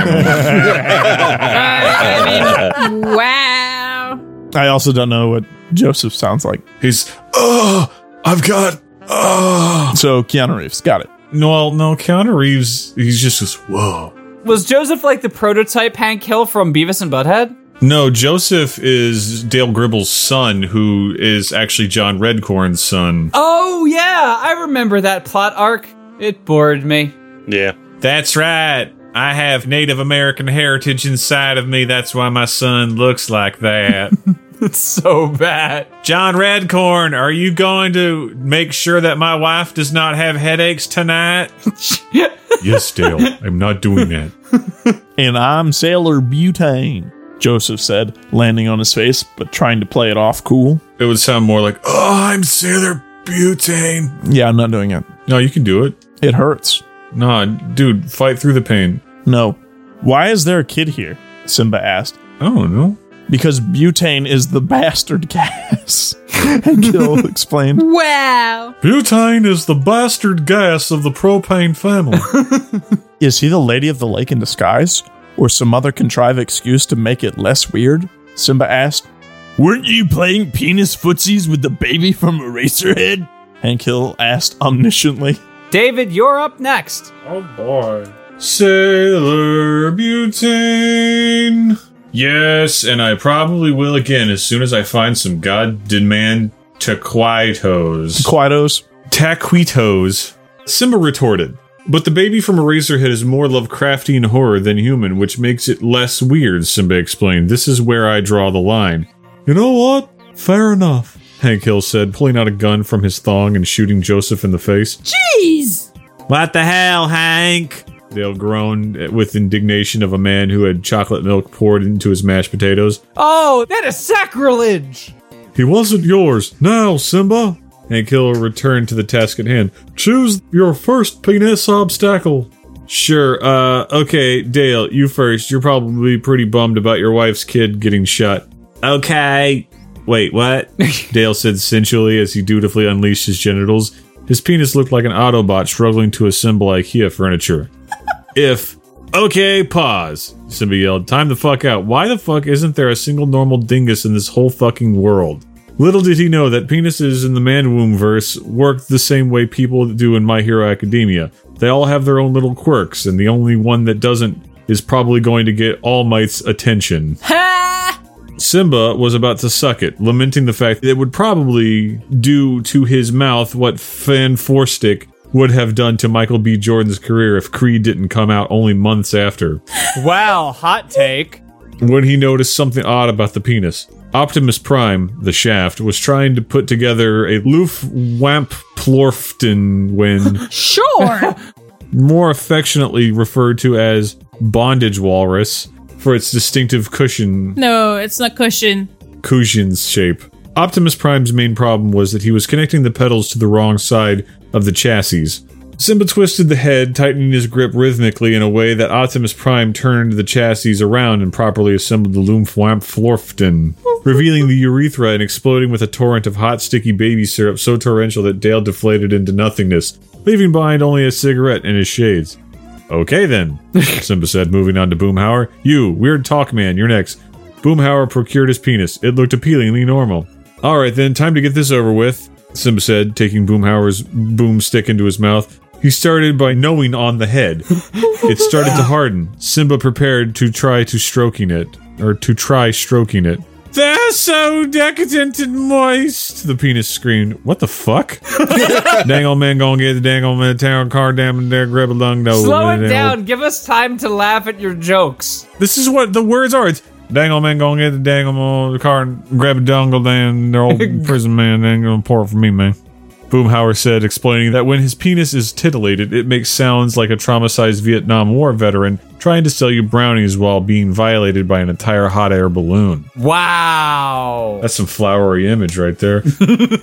S2: man.
S3: Ah, wow.
S5: I also don't know what Joseph sounds like.
S2: He's oh I've got oh
S5: So Keanu Reeves got it.
S2: No well, no Keanu Reeves he's just this whoa.
S1: Was Joseph like the prototype Hank Hill from Beavis and Butthead?
S2: No, Joseph is Dale Gribble's son, who is actually John Redcorn's son.
S1: Oh yeah, I remember that plot arc. It bored me.
S2: Yeah. That's right. I have Native American heritage inside of me. That's why my son looks like that.
S1: It's so bad.
S2: John Redcorn, are you going to make sure that my wife does not have
S1: *laughs*
S2: headaches tonight? yes, Dale. I'm not doing that.
S5: And I'm Sailor Butane, Joseph said, landing on his face, but trying to play it off cool.
S2: It would sound more like, oh, I'm Sailor Butane.
S5: Yeah, I'm not doing it.
S2: No, you can do it.
S5: It hurts.
S2: Nah, dude, fight through the pain.
S5: No. Why is there a kid here? Simba asked.
S2: I don't know.
S5: Because butane is the *laughs* bastard gas. *laughs* and *laughs* Gil explained.
S3: Wow.
S2: Butane is the bastard gas of the propane family.
S5: Is he the lady of the lake in disguise? Or some other contrived excuse to make it less weird? Simba asked.
S13: Weren't you playing penis footsies with the baby from Eraserhead?
S5: Hank Hill asked omnisciently.
S1: David, you're up next.
S2: Oh boy. Sailor Butane. Yes, and I probably will again as soon as I find some god demand taquitos.
S5: Taquitos?
S2: Taquitos. Simba retorted. But the baby from Eraserhead is more Lovecraftian horror than human, which makes it less weird, Simba explained. This is where I draw the line. You know what? Fair enough, Hank Hill said, pulling out a gun from his thong and shooting Joseph in the face.
S9: Jeez!
S2: What the hell, Hank? Dale groaned with indignation of a man who had chocolate milk poured into his mashed potatoes.
S1: Oh, that is sacrilege!
S2: He wasn't yours. Now, Simba! Hank Hill returned to the task at hand. Choose your first penis obstacle. Sure, uh, okay, Dale, you first. You're probably pretty bummed about your wife's kid getting shot. Okay. Wait, what? Dale said sensually as he dutifully unleashed his genitals. His penis looked like an Autobot struggling to assemble IKEA furniture. if. Okay, pause, Simba yelled. Time the fuck out. Why the fuck isn't there a single normal dingus in this whole fucking world? Little did he know that penises in the man womb verse work the same way people do in My Hero Academia. They all have their own little quirks, and the only one that doesn't is probably going to get All Might's attention. Simba was about to suck it, lamenting the fact that it would probably do to his mouth what Fan Forstick would have done to Michael B. Jordan's career if Creed didn't come out only months after.
S1: Wow, Oh, hot take.
S2: when he noticed something odd about the penis. Optimus Prime, the shaft, was trying to put together a loof wamp plorfton when
S9: Sure!
S2: more affectionately referred to as bondage walrus for its distinctive cushion
S3: *laughs* No, it's not cushion.
S2: Kujin's shape. Optimus Prime's main problem was that he was connecting the pedals to the wrong side of the chassis. Simba twisted the head, tightening his grip rhythmically in a way that Optimus Prime turned the chassis around and properly assembled the Loomfwamp Florfton, revealing the urethra and exploding with a torrent of hot, sticky baby syrup so torrential that Dale deflated into nothingness, leaving behind only a cigarette and his shades. Okay then, Simba said, moving on to Boomhauer. You, weird talk man, you're next. Boomhauer procured his penis. It looked appealingly normal. All right then, time to get this over with, Simba said, taking Boomhauer's boomstick into his mouth. He started by knowing on the head. It started to harden. Simba prepared to try to stroking it, or to try stroking it. They're so decadent and moist. The penis screamed. What the fuck? *laughs* dang old man gonna get the dang old man town car down and there grab a lung no.
S1: Slow it down. Give us time to laugh at your jokes.
S2: This is what the words are. It's dang old man gonna get the dang old man car and grab a dongle down their old prison man and gonna pour it for me man. Boomhauer said, explaining that when his penis is titillated, it makes sounds like a traumatized Vietnam War veteran trying to sell you brownies while being violated by an entire hot air balloon.
S1: Wow.
S2: That's some flowery image right there.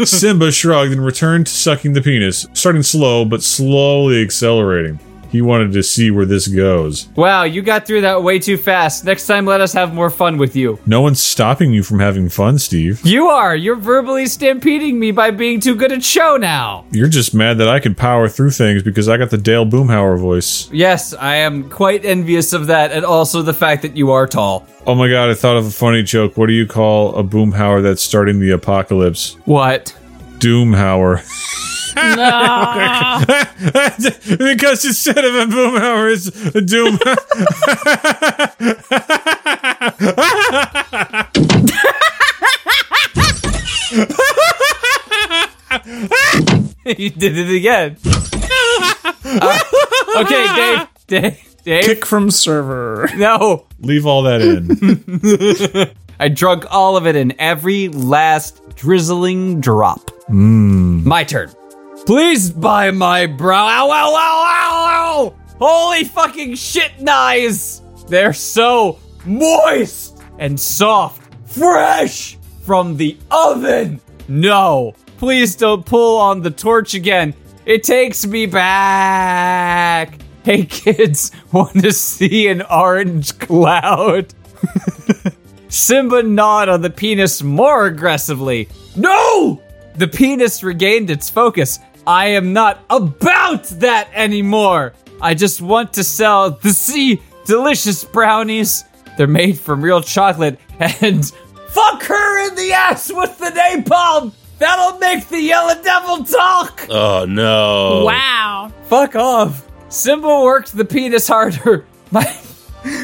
S2: Simba shrugged and returned to sucking the penis, starting slow but slowly accelerating. He wanted to see where this goes.
S1: Wow, you got through that way too fast. Next time, let us have more fun with you.
S2: No one's stopping you from having fun, Steve.
S1: You are. You're verbally stampeding me by being too good at show now.
S2: You're just mad that I could power through things because I got the Dale Boomhauer voice.
S1: Yes, I am quite envious of that, and also the fact that you are tall.
S2: Oh my god, I thought of a funny joke. What do you call a Boomhauer that's starting the apocalypse?
S1: What? *laughs*
S2: Doomhauer. *laughs*
S3: Nah.
S2: because instead of a Boomhauer, it's a Doom. *laughs*
S1: you did it again. *laughs* Uh, okay, Dave. Dave. Dave.
S5: Kick from server.
S1: No.
S2: Leave all that in.
S1: I drunk all of it in every last drizzling drop. My turn. Please buy my brow. Ow, ow, ow, ow, ow! Holy fucking shit knives! They're so moist and soft, fresh from the oven! No, please don't pull on the torch again. It takes me back. Hey kids, *laughs* want to see an orange cloud? Simba gnawed on the penis more aggressively. No! The penis regained its focus. I am not about that anymore. I just want to sell the sea delicious brownies. They're made from real chocolate and *laughs* fuck her in the ass with the napalm. That'll make the yellow devil talk.
S4: Oh no!
S3: Wow.
S1: Fuck off. *laughs* Simba worked the penis harder. My,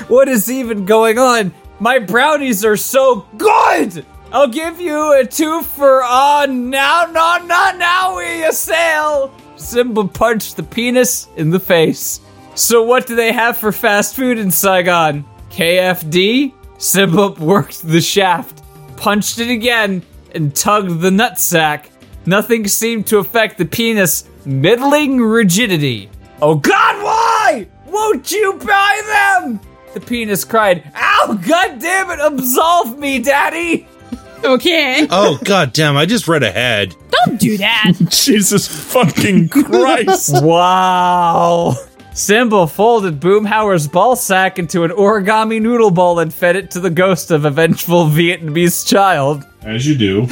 S1: what is even going on? My brownies are so good! I'll give you a two for uh now no no now we a sale! Simba punched the penis in the face. So what do they have for fast food in Saigon? KFD? Simba worked the shaft, punched it again, and tugged the nutsack. Nothing seemed to affect the penis middling rigidity. Oh god, why? Won't you buy them? The penis cried, Ow, god damn it, absolve me, daddy! *laughs*
S3: Okay.
S4: Oh god damn, I just read ahead.
S3: Don't do that.
S5: *laughs* Jesus fucking *laughs* Christ.
S1: wow. Simba folded Boomhauer's ballsack into an origami noodle ball and fed it to the ghost of a vengeful Vietnamese child.
S2: As you do.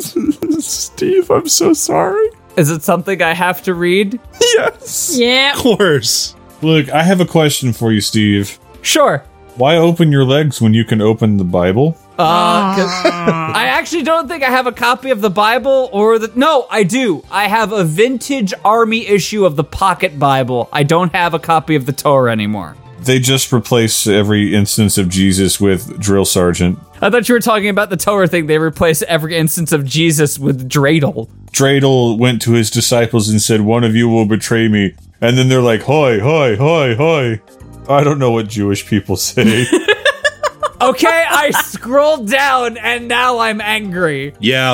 S5: Steve, I'm so sorry.
S1: Is it something I have to read?
S5: Yes.
S3: Yeah.
S4: Of course.
S2: Look, I have a question for you, Steve.
S1: Sure.
S2: Why open your legs when you can open the Bible?
S1: Uh, 'cause- *laughs* I actually don't think I have a copy of the Bible or the. No, I do. I have a vintage army issue of the Pocket Bible. I don't have a copy of the Torah anymore.
S2: They just replace every instance of Jesus with drill sergeant.
S1: I thought you were talking about the Torah thing. They replace every instance of Jesus with dreidel.
S2: Dreidel went to his disciples and said, One of you will betray me. And then they're like, Hoi, hoi, hoi, hoi. I don't know what Jewish people *laughs* say.
S1: Okay, I scrolled down and now I'm angry.
S4: *laughs*
S2: yeah.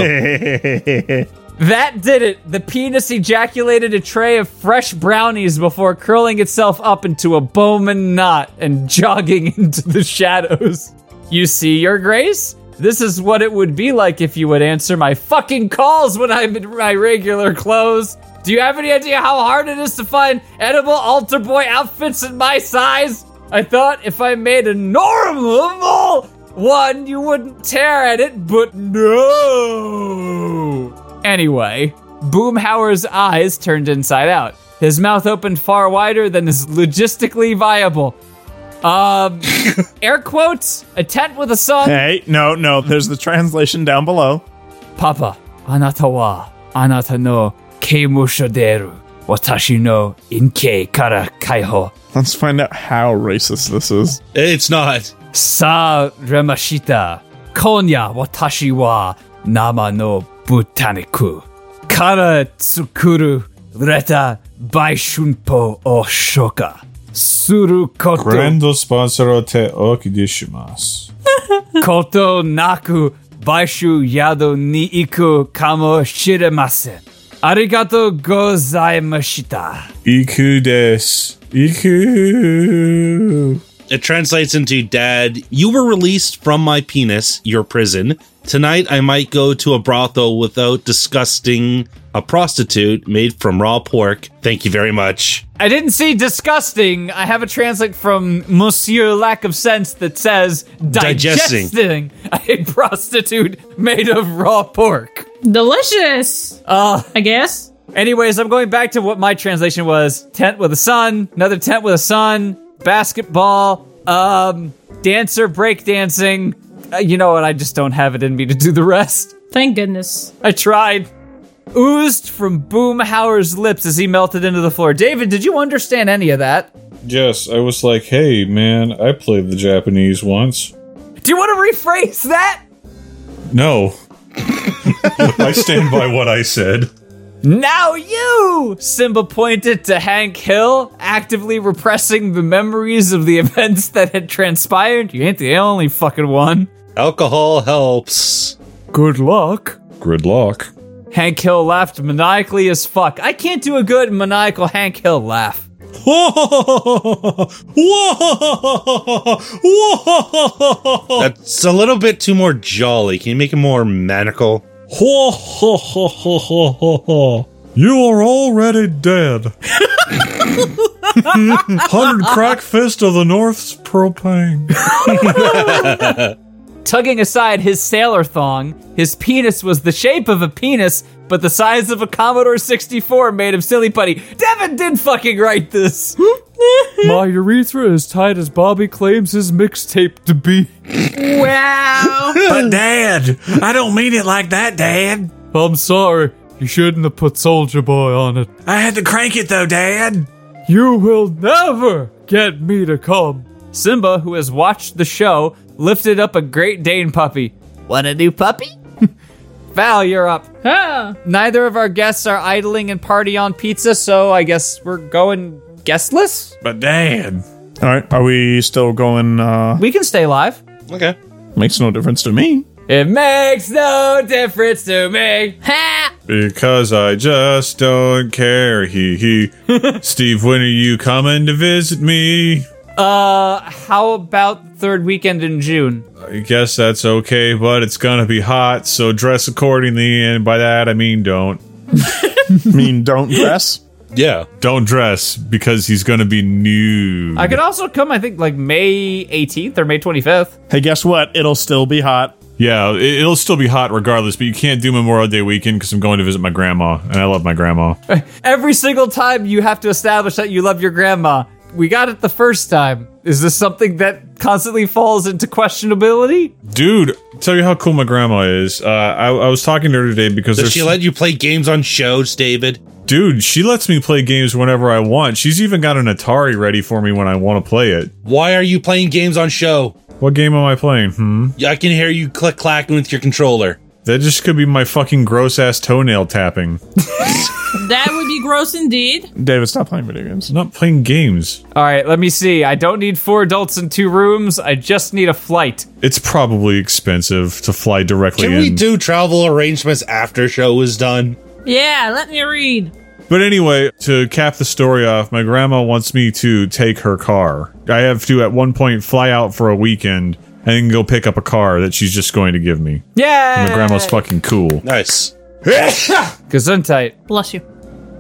S1: That did it. The penis ejaculated a tray of fresh brownies before curling itself up into a Bowman knot and jogging *laughs* into the shadows. You see, Your Grace? This is what it would be like if you would answer my fucking calls when I'm in my regular clothes. Do you have any idea how hard it is to find edible altar boy outfits in my size? I thought if I made a normal one, you wouldn't tear at it, but no. Anyway, Boomhauer's eyes turned inside out. His mouth opened far wider than is logistically viable. Um, air quotes, a tent with a sun.
S5: Hey, no, no, there's the translation down below.
S1: Papa, anata wa, anata no kemushoderu, watashi no inke kara kaiho.
S5: Let's find out how racist this is.
S4: It's not.
S1: Sa remashita, konya watashi wa nama no butaniku. Kara tsukuru reta baishunpo o shoka. Suru koto.
S2: Grando sponsor te
S1: oh,
S2: okidishimas.
S1: Koto naku baishu yado ni iku kamo shiremasen. Arigato gozaimashita.
S2: Iku des. Iku.
S4: It translates into Dad, you were released from my penis, your prison. Tonight I might go to a brothel without disgusting a prostitute made from raw pork. Thank you very much.
S1: I didn't see disgusting. I have a translate from Monsieur Lack of Sense that says
S4: Digesting.
S1: digesting a prostitute made of raw pork.
S3: Delicious.
S1: Uh,
S3: I guess.
S1: Anyways, I'm going back to what my translation was: tent with a sun, another tent with a sun, basketball, um, dancer break dancing. Uh, you know what? I just don't have it in me to do the rest.
S3: Thank goodness.
S1: I tried. Oozed from Boomhauer's lips as he melted into the floor. David, did you understand any of that?
S2: Yes, I was like, hey, man, I played the Japanese once.
S1: Do you want to rephrase that?
S2: No. *laughs* I stand by what I said.
S1: Now you! Simba pointed to Hank Hill, actively repressing the memories of the *laughs* events that had transpired. You ain't the only fucking one.
S4: Alcohol helps.
S1: Good luck.
S2: Gridlock.
S1: Hank Hill laughed maniacally as fuck. I can't do a good maniacal Hank Hill *laughs* laugh.
S4: That's a little bit too more jolly. Can you make it more maniacal?
S13: Ho ho ho ho ho ho ho. You are already dead. Hundred crack fist of the North's propane.
S1: Tugging aside his sailor thong, his penis was the shape of a penis, but the size of a Commodore 64 made of silly putty. Devin did fucking write this. My urethra is tight as Bobby claims his mixtape to be.
S9: Wow.
S13: But Dad, I don't mean it like that, Dad.
S1: I'm sorry, you shouldn't have put Soldier Boy on it.
S13: I had to crank it though, Dad.
S1: You will never get me to come. Simba, who has watched the show, lifted up a Great Dane puppy. Want a new puppy? *laughs* Val, you're up. Neither of our guests are idling and party on pizza, so I guess we're going guestless?
S2: But damn.
S5: All right, are we still going? uh
S1: We can stay live.
S5: Okay. Makes no difference to me.
S1: It makes no difference to me. Ha!
S2: Because I just don't care. He
S4: *laughs*
S2: he. Steve, when are you coming to visit me?
S1: Uh, how about third weekend in June?
S2: I guess that's okay, but it's gonna be hot, so dress accordingly. And by that I mean don't.
S5: mean don't dress.
S2: Yeah, don't dress because he's gonna be nude.
S1: I could also come, I think, like May 18th or May 25th.
S5: Hey, guess what? It'll still be hot.
S2: Yeah, it, it'll still be hot regardless, but you can't do Memorial Day weekend because I'm going to visit my grandma, and I love my grandma.
S4: *laughs*
S1: Every single time you have to establish that you love your grandma. We got it the first time. Is this something that constantly falls into questionability?
S2: Dude, tell you how cool my grandma is. Uh, I, I was talking to her today because
S4: Does
S2: there's-
S4: she let you play games on shows, David?
S2: Dude, she lets me play games whenever I want. She's even got an Atari ready for me when I want to play it.
S4: Why are you playing games on show?
S2: What game am I playing? Hmm.
S4: I can hear you click clacking with your controller.
S2: That just could be my fucking gross ass toenail tapping.
S3: That would be gross indeed.
S5: David, stop playing video games.
S2: I'm not playing games.
S1: All right, let me see. I don't need four adults in two rooms. I just need a flight.
S2: It's probably expensive to fly directly
S4: Can
S2: in.
S4: we do travel arrangements after show is done?
S3: Yeah, let me read.
S2: But anyway, to cap the story off, my grandma wants me to take her car. I have to, at one point, fly out for a weekend and then go pick up a car that she's just going to give me.
S1: Yeah.
S2: And my grandma's fucking cool.
S4: Nice.
S1: Gesundheit.
S3: Bless you.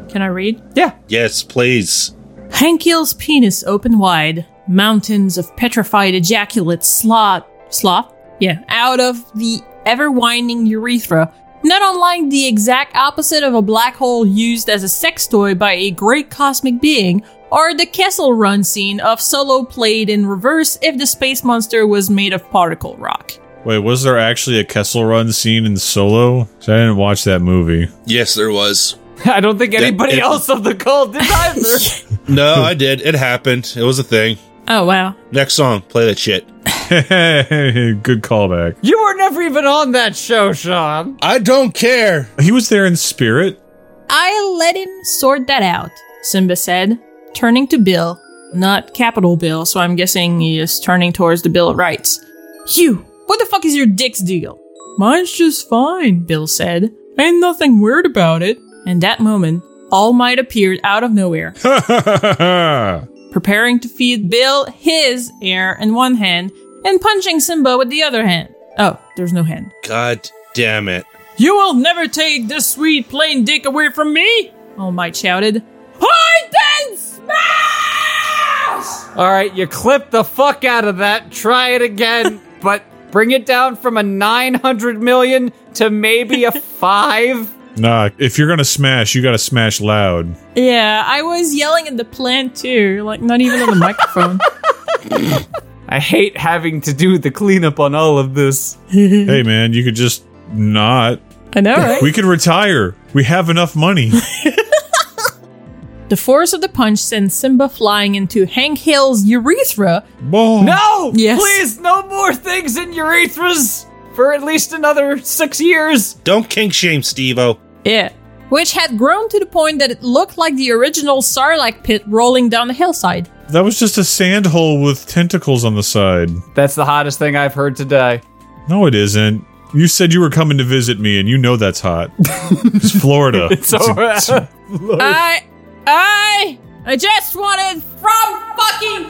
S3: Can I read?
S1: Yeah. *laughs*
S4: Yes, please.
S3: Hankiel's penis open wide. Mountains of petrified ejaculate slot slop. Yeah, out of the ever winding urethra. Not unlike the exact opposite of a black hole used as a sex toy by a great cosmic being, or the Kessel Run scene of Solo played in reverse if the space monster was made of particle rock.
S2: Wait, was there actually a Kessel Run scene in Solo? 'Cause I didn't watch that movie.
S4: Yes, there was.
S1: I don't think anybody
S4: it-
S1: else of the cult did
S2: *laughs*
S1: either.
S4: No, I did. It happened. It was a thing.
S3: Oh wow.
S4: Next song, play that shit.
S2: *laughs* Good callback.
S1: you were never even on that show, Sean.
S4: I don't care.
S2: He was there in spirit. *laughs*
S3: I let him sort that out, Simba said, turning to Bill, not Capital Bill, so I'm guessing he is turning towards the Bill of Rights. Hugh, what the fuck is your dick's deal? Mine's just fine, Bill said. Ain't nothing weird about it. And that moment, All Might appeared out of *laughs* nowhere, preparing to feed Bill his air in one hand and punching Simba with the other hand. Oh, there's no hand.
S4: God damn it.
S3: You will never take this sweet plain dick away from me! All Might shouted. Hide then, smash!
S1: All right, you clip the fuck out of that. Try it *laughs* again, but bring it down from a 900 million to maybe *laughs* a 5.
S2: Nah, if you're gonna smash, you gotta smash loud.
S3: Yeah, I was yelling at the plant too, like not even on the microphone.
S1: I hate having to do the cleanup on all of this.
S2: hey, man, you could just not.
S3: I know, right?
S2: We could retire. We have
S1: *laughs*
S2: enough money.
S3: the force of the punch sends Simba flying into Hank Hill's urethra.
S1: No!
S3: Yes.
S1: Please, no more things in urethras for at least another six years.
S4: Don't kink shame Steve O.
S3: Yeah. Which had grown to the point that it looked like the original Sarlacc pit rolling down the hillside.
S2: that was just a sand hole with tentacles on the side.
S1: That's the hottest thing I've heard *laughs* today.
S2: No, it isn't. You said you were coming to visit me, and you know that's
S1: *laughs*
S2: hot. it's Florida.
S1: It's
S2: a-
S1: over.
S3: I, I, I just wanted from fucking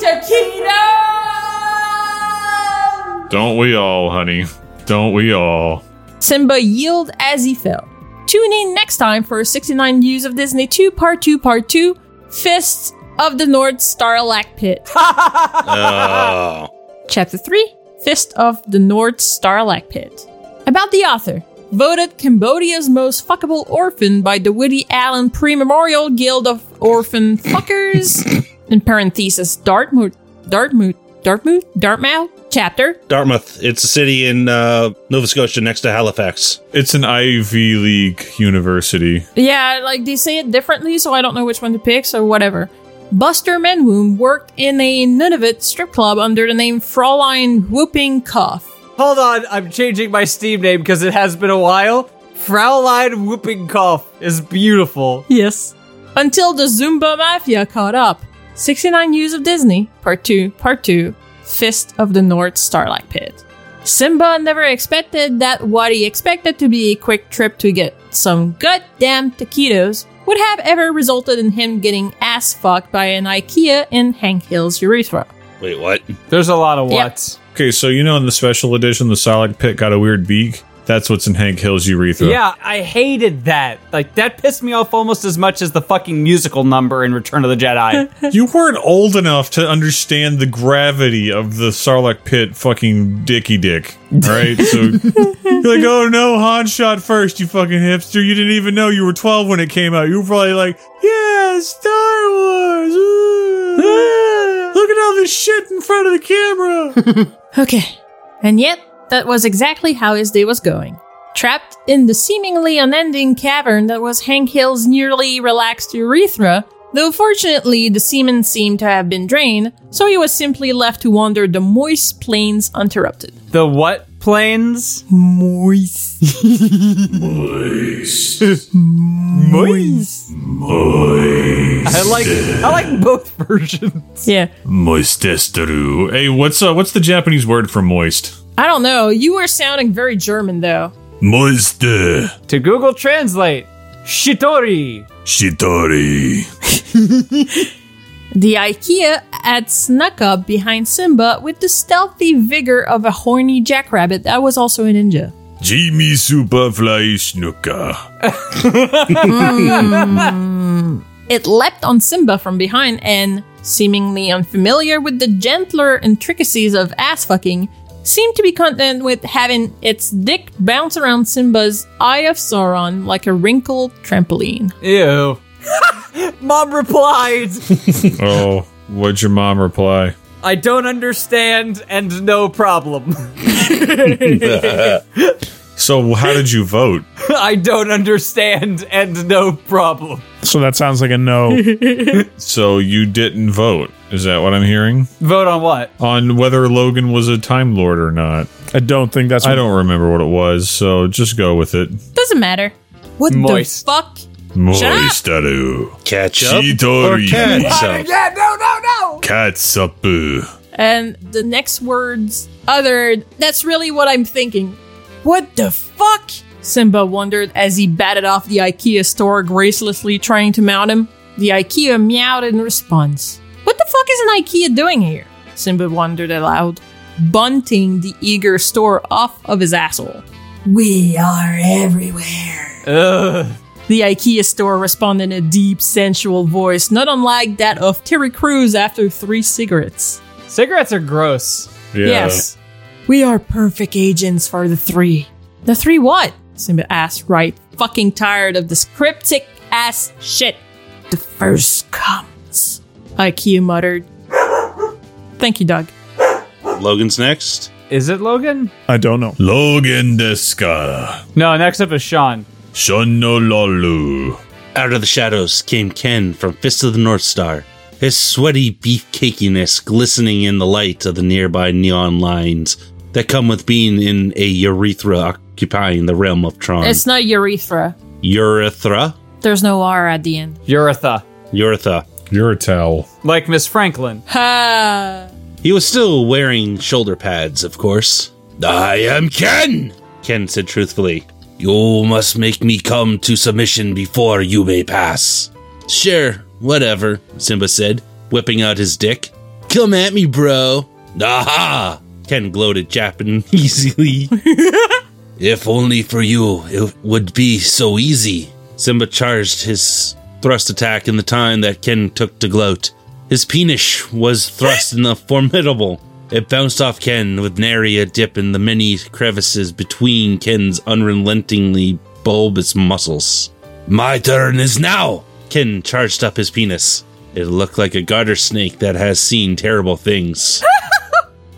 S3: Taquito!
S2: Don't we all, honey? Don't we all?
S3: Simba yielded as he fell. Tune in next time for 69 views of Disney 2 Part 2 Part 2 Fists of the North Starlack Pit.
S4: Oh.
S3: Chapter 3 Fist of the North Starlack Pit. About the author. Voted Cambodia's most fuckable orphan by the Woody Allen Pre Memorial Guild of Orphan Fuckers. in parenthesis, Dartmouth. Dartmouth. Dartmouth? Dartmouth? Chapter.
S4: Dartmouth. It's a city in uh, Nova Scotia next to Halifax.
S2: It's an Ivy League university.
S3: Yeah, like they say it differently, so I don't know which one to pick, so whatever. Buster Menwoon worked in a Nunavut strip club under the name Fraulein Whooping Cough.
S1: *laughs* Hold on, I'm changing my Steam name because it has been a while. Fraulein Whooping Cough is beautiful.
S3: Yes. Until the Zumba Mafia caught up. 69 Years of Disney, Part 2, Part 2, Fist of the North Starlight Pit. Simba never expected that what he expected to be a quick trip to get some goddamn taquitos would have ever resulted in him getting ass fucked by an IKEA in Hank Hill's urethra.
S4: Wait, what?
S1: There's a lot of whats.
S2: Okay, so you know in the special edition, the Solid Pit got a weird beak? That's what's in Hank Hill's urethra.
S1: Yeah, I hated that. Like that pissed me off almost as much as the fucking musical number in Return of the *laughs* Jedi.
S2: you weren't old enough to understand the gravity of the Sarlacc pit fucking dicky dick. All right? So you're like, oh no, Han shot first, you fucking hipster. You didn't even know you were 12 when it came out. You were probably like, yeah, Star Wars. ooh, ah, Look at all this shit in front of the camera.
S3: Okay. And yet, that was exactly how his day was going. Trapped in the seemingly unending cavern that was Hank Hill's nearly relaxed urethra, though fortunately the semen seemed to have been drained, so he was simply left to wander the moist plains uninterrupted.
S1: The what planes?
S3: Moist.
S1: Moist. Moist. I like I like both *laughs* versions.
S3: Yeah.
S2: Moistesteru. Hey, what's uh, what's the Japanese word for moist?
S3: I don't know, you were sounding very German though.
S2: Moiste.
S1: To Google Translate, Shitori.
S6: Shitori.
S3: The IKEA had snuck up behind Simba with the stealthy vigor of a horny jackrabbit that was also a ninja.
S6: Jimmy Superfly Snooker.
S3: It leapt on Simba from behind and, seemingly unfamiliar with the gentler intricacies of ass fucking, seemed to be content with having its dick bounce around Simba's Eye of Sauron like a wrinkled trampoline.
S1: Ew. *laughs* Mom replied,
S2: oh, what'd your mom reply?
S1: I don't understand and no problem. *laughs*
S2: so how did you vote?
S1: I don't understand and no problem.
S5: So that sounds like a no.
S2: So you didn't vote. Is that what I'm hearing?
S1: Vote on what?
S2: On whether Logan was a Time Lord or not.
S5: I don't think that's.
S2: I don't remember what it was, so just go with it.
S3: Doesn't matter. What
S1: Moist.
S3: the fuck? Shut up.
S2: Moistaru.
S4: Ketchup
S2: Shitori.
S4: or catsup?
S3: Yeah, no, no, no!
S2: Katsupu.
S3: And the next words, other, that's really what I'm thinking. What the fuck? Simba wondered as he batted off the IKEA store gracelessly trying to mount him. The IKEA meowed in response. What the fuck is an IKEA doing here? Simba wondered aloud, bunting the eager store off of his asshole. We are everywhere.
S1: Ugh.
S3: The IKEA store responded in a deep, sensual voice, not unlike that of Terry Crews after three cigarettes.
S1: Cigarettes are gross.
S3: Yes. We are perfect agents for the three. The three what? Simba asked, right? Fucking tired of this cryptic ass shit. The first comes. IKEA muttered. Thank you, Doug.
S4: Logan's next.
S1: Is it Logan?
S5: I don't know.
S6: Logan Descara.
S1: No, next up is Sean.
S6: Shonololu.
S4: Out of the shadows came Ken from Fist of the North Star, his sweaty beefcakiness glistening in the light of the nearby neon lines that come with being in a urethra occupying the realm of Tron.
S3: It's not urethra.
S4: urethra?
S3: There's no R at the end.
S1: Uretha.
S4: Urethra.
S2: You're a towel.
S1: Like Miss Franklin.
S3: Ha!
S4: He was still wearing shoulder pads, of course. I am Ken, Ken said truthfully. You must make me come to submission before you may pass. Sure, whatever, Simba said, whipping out his dick. Come at me, bro. Aha! Ken gloated, Japan *laughs* easily. if only for you, it would be so easy. Simba charged his thrust attack in the time that Ken took to gloat. His penis was thrust in the *laughs* formidable. It bounced off Ken with nary a dip in the many crevices between Ken's unrelentingly bulbous muscles. My turn is now! Ken charged up his penis. It looked like a garter snake that has seen terrible things.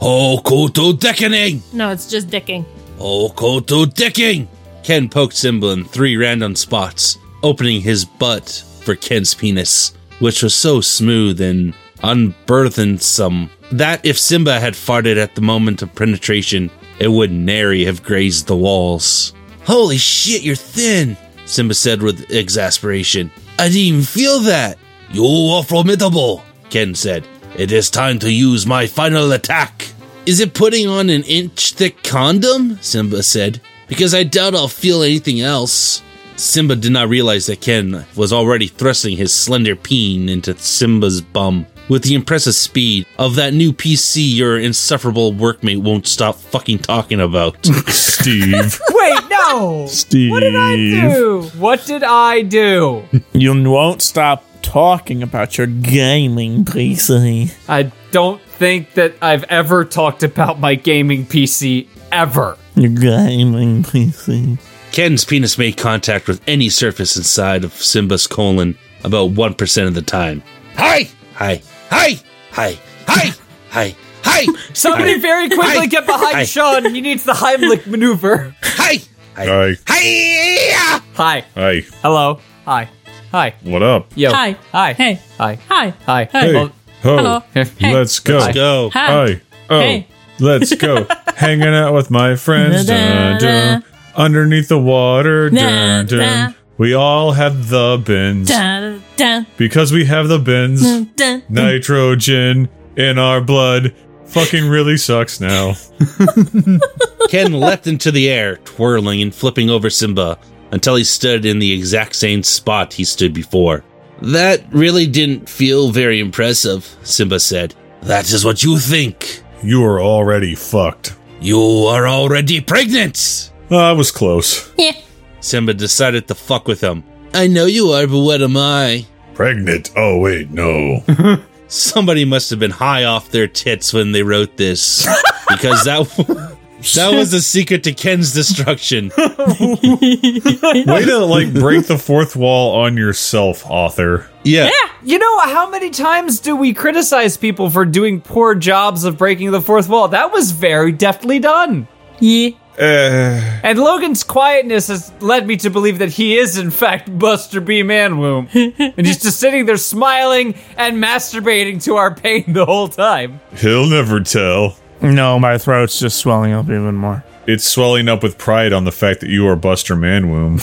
S4: Hokoto decking!
S3: No, it's just dicking.
S4: Okoto dicking! Ken poked Simba in three random spots, opening his butt for Ken's penis. which was so smooth and unburthensome that if Simba had farted at the moment of penetration, it would nary have grazed the walls. Holy shit, you're thin, Simba said with exasperation. I didn't even feel that. You are formidable, Ken said. It is time to use my final attack. Is it putting on an inch thick condom? Simba said, because I doubt I'll feel anything else. Simba did not realize that Ken was already thrusting his slender peen into Simba's bum with the impressive speed of that new PC your insufferable workmate won't stop fucking talking about. *laughs*
S2: Steve.
S1: Wait, no.
S5: *laughs* Steve. What did I
S1: Dude, what did I do?
S5: You won't stop talking about your gaming PC.
S1: I don't think that I've ever talked about my gaming PC ever.
S5: Your gaming PC.
S4: Ken's penis made contact with any surface inside of Simba's colon about 1% of the time. Hi! Hi! Hi! Hi! Hi! *laughs* Hi! Hi!
S1: Somebody
S4: Hi.
S1: very quickly
S4: Hi.
S1: get behind
S4: Hi.
S1: Sean. He needs the Heimlich maneuver.
S4: Hi!
S2: Hi.
S4: Hi!
S1: Hi.
S2: Hi.
S1: Hello. Hi. Hi.
S2: What up?
S1: Yo.
S3: Hi.
S1: Hi.
S3: Hey.
S1: Hi.
S3: Hi.
S1: Hi.
S2: Hey.
S1: *laughs* Oh,
S2: Ho.
S3: Hello. Hey.
S2: Let's go.
S1: Let's
S4: go.
S2: Hi. *laughs*
S3: Hi.
S2: Oh.
S3: Hey.
S2: Let's
S3: *laughs*
S2: go. Hanging out with my friends. Dun, dun. Underneath the water. Dun,
S3: Da,
S2: dun.
S3: da.
S2: We all have the bins.
S3: Dun, dun,
S2: Because we have the bins.
S3: dun, dun.
S2: Nitrogen in our blood. Fucking really sucks now.
S4: Ken leapt into the air, twirling and flipping over Simba until he stood in the exact same spot he stood before. That really didn't feel very impressive, Simba said. That is what you think.
S2: You are already fucked.
S4: You are already pregnant.
S2: I was close.
S4: Simba decided to fuck with him. I know you are, but what am I?
S2: Pregnant. Oh, wait,
S3: *laughs*
S2: no.
S4: Somebody must have been high off their tits when they wrote *laughs* this, because that that was the secret to Ken's destruction.
S2: Way to, like, break the fourth wall on yourself, author.
S4: *laughs* Yeah,
S1: You know how many times do we criticize people for doing poor jobs of breaking the fourth wall? That was very deftly done.
S3: Yeah.
S2: Uh,
S1: And Logan's quietness has led me to believe that he is, in fact, Buster B. Manwomb. and he's just sitting there smiling and masturbating to our pain the whole time.
S2: he'll never tell.
S5: No, my throat's just swelling up even more.
S2: It's swelling up with pride on the fact that you are
S1: *laughs*
S2: Buster Manwomb.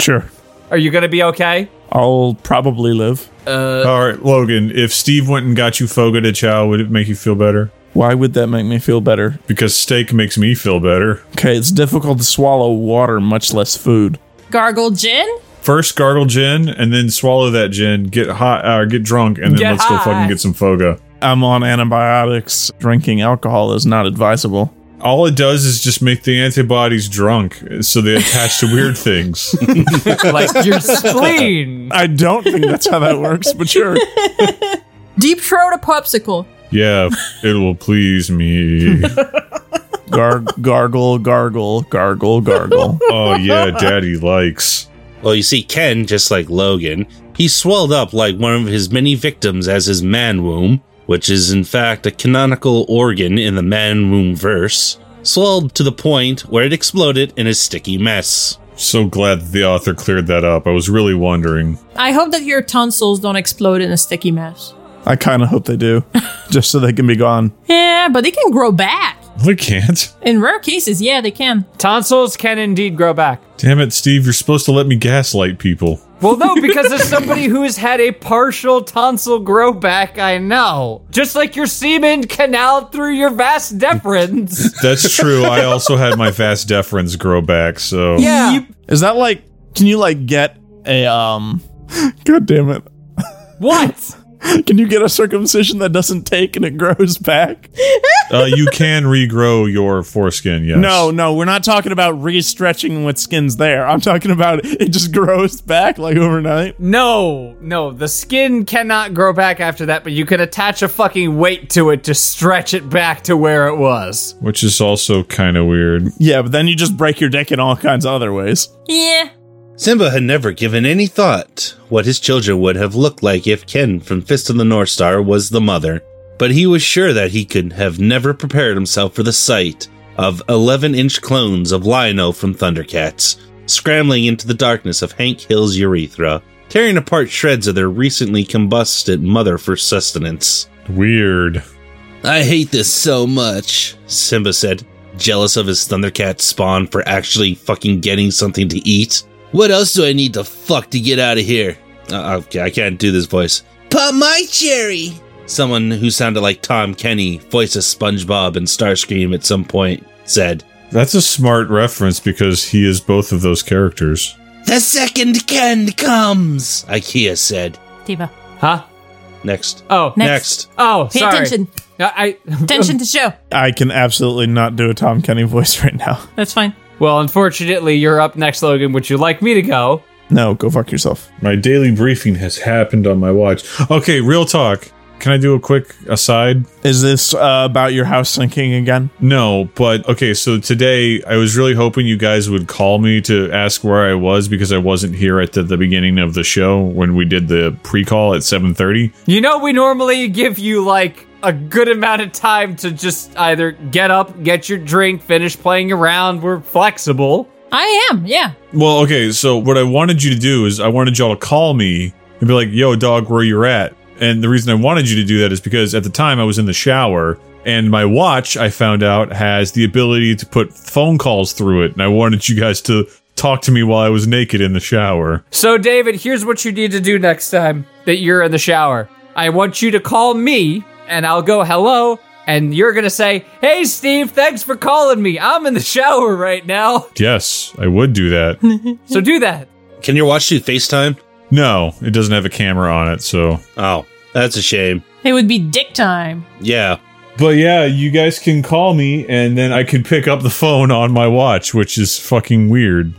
S5: Sure.
S1: Are you gonna be okay?
S5: I'll probably live.
S1: Uh,
S2: All right, Logan, if Steve went and got you Fogo de Chow, would it make you feel better?
S5: Why would that make me feel better?
S2: Because steak makes me feel better.
S5: Okay, it's difficult to swallow water, much less food.
S3: Gargle gin?
S2: First, gargle gin, and then swallow that gin. Get hot, or get drunk, and then
S1: Get
S2: let's
S1: high.
S2: go fucking get some Fogo.
S5: I'm on antibiotics. Drinking alcohol is not advisable.
S2: All it does is just make the antibodies drunk, so they attach to
S1: *laughs*
S2: weird things.
S1: Like your spleen.
S5: I don't think that's how that works, but sure.
S3: Deep throat a popsicle.
S2: Yeah, it will
S1: *laughs*
S2: please me.
S5: Gar- gargle, gargle, gargle, gargle.
S2: Oh yeah, Daddy likes.
S4: Well, you see, Ken, just like Logan, he swelled up like one of his many victims as his man womb, which is in fact a canonical organ in the man womb verse, swelled to the point where it exploded in a sticky mess.
S2: So glad that the author cleared that up. I was really wondering.
S3: I hope that your tonsils don't explode in a sticky mess.
S5: I kind of hope they do, just so they can be gone.
S3: Yeah, but they can grow back.
S2: I can't.
S3: In rare cases, yeah, they can.
S1: Tonsils can indeed grow back.
S2: Damn it, Steve! You're supposed to let me gaslight people.
S1: Well, no, because as somebody who has had a partial tonsil grow back, I know. Just like your semen canal through your vas
S2: *laughs*
S1: deferens.
S2: That's true. I also had my vast deferens grow back, so
S1: Yeah.
S5: Is that like? Can you like get a um? *laughs* God damn it!
S1: What?
S5: Can you get a circumcision that doesn't take and it grows back?
S2: uh, you can regrow your foreskin. Yes.
S5: No, no, we're not talking about re-stretching what skin's there. I'm talking about it just grows back like overnight.
S1: No, no, the skin cannot grow back after that, but you can attach a fucking weight to it to stretch it back to where it was.
S2: which is also kind of weird.
S5: Yeah, but then you just break your dick in all kinds of other ways.
S3: Yeah.
S4: Simba had never given any thought what his children would have looked like if Ken from Fist of the North Star was the mother, but he was sure that he could have never prepared himself for the sight of 11 inch clones of Lionel from Thundercats scrambling into the darkness of Hank Hill's urethra tearing apart shreds of their recently combusted mother for sustenance.
S2: Weird.
S4: I hate this so much, Simba said, jealous of his Thundercat spawn for actually fucking getting something to eat. What else do I need to fuck to get out of here? Uh, okay, I can't do this voice.
S8: Pop my cherry!
S4: Someone who sounded like Tom Kenny, voice of SpongeBob and Starscream at some point, said,
S2: That's a smart reference because he is both of those characters.
S8: The second can comes!
S4: IKEA said.
S3: Diva.
S1: Huh?
S4: Next.
S1: Oh,
S4: next.
S1: Oh,
S3: Pay
S1: sorry.
S3: attention.
S1: I, *laughs*
S3: Attention to show.
S5: I can absolutely not do a Tom Kenny *laughs* voice right now.
S3: That's fine.
S1: Well, unfortunately, you're up next, Logan. Would you like me to go?
S5: No, go fuck yourself.
S2: My daily briefing has happened on my watch. Okay, real talk. Can I do a quick aside?
S5: Is this uh, about your house sinking again?
S2: No, but okay, so today I was really hoping you guys would call me to ask where I was because I wasn't here at the, the beginning of the show when we did the pre-call at 7:30.
S1: You know, we normally give you like a good amount of time to just either get up, get your drink, finish playing around. We're flexible.
S3: I am, yeah.
S2: Well, okay, so what I wanted you to do is I wanted y'all to call me and be like, "Yo, dog, where you're at?" And the reason I wanted you to do that is because at the time I was in the shower and my watch I found out has the ability to put phone calls through it, and I wanted you guys to talk to me while I was naked in the shower.
S1: So, David, here's what you need to do next time that you're in the shower. I want you to call me, and I'll go hello, and you're gonna say, "Hey, Steve, thanks for calling me. I'm in the shower right
S3: *laughs*
S1: now."
S2: Yes, I would do that.
S1: So do that.
S4: Can your watch do FaceTime?
S2: No, it doesn't have a camera on it, so.
S4: Oh, that's a shame.
S3: It would be dick time.
S4: Yeah.
S2: But yeah, you guys can call me and then I can pick up the phone on my watch, which is fucking weird.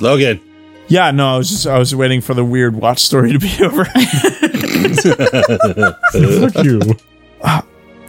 S4: Logan.
S5: Yeah, no, I was just I was waiting for the weird watch story to be *laughs* over.
S2: Fuck you.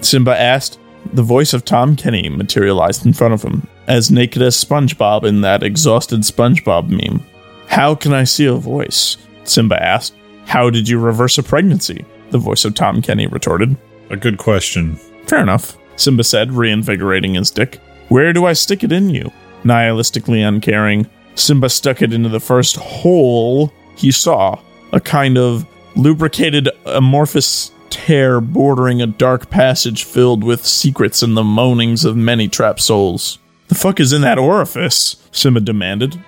S5: Simba asked. The voice of Tom Kenny materialized in front of him, as naked as SpongeBob in that exhausted SpongeBob meme. How can I see a voice? Simba asked. How did you reverse a pregnancy? The voice of Tom Kenny retorted.
S2: *laughs* A good question.
S5: Fair enough, Simba said, reinvigorating his dick. Where do I stick it in you? Nihilistically uncaring, Simba stuck it into the first hole he saw a kind of lubricated amorphous tear bordering a dark passage filled with secrets and the moanings of many trapped souls. The fuck is in that orifice? Simba demanded.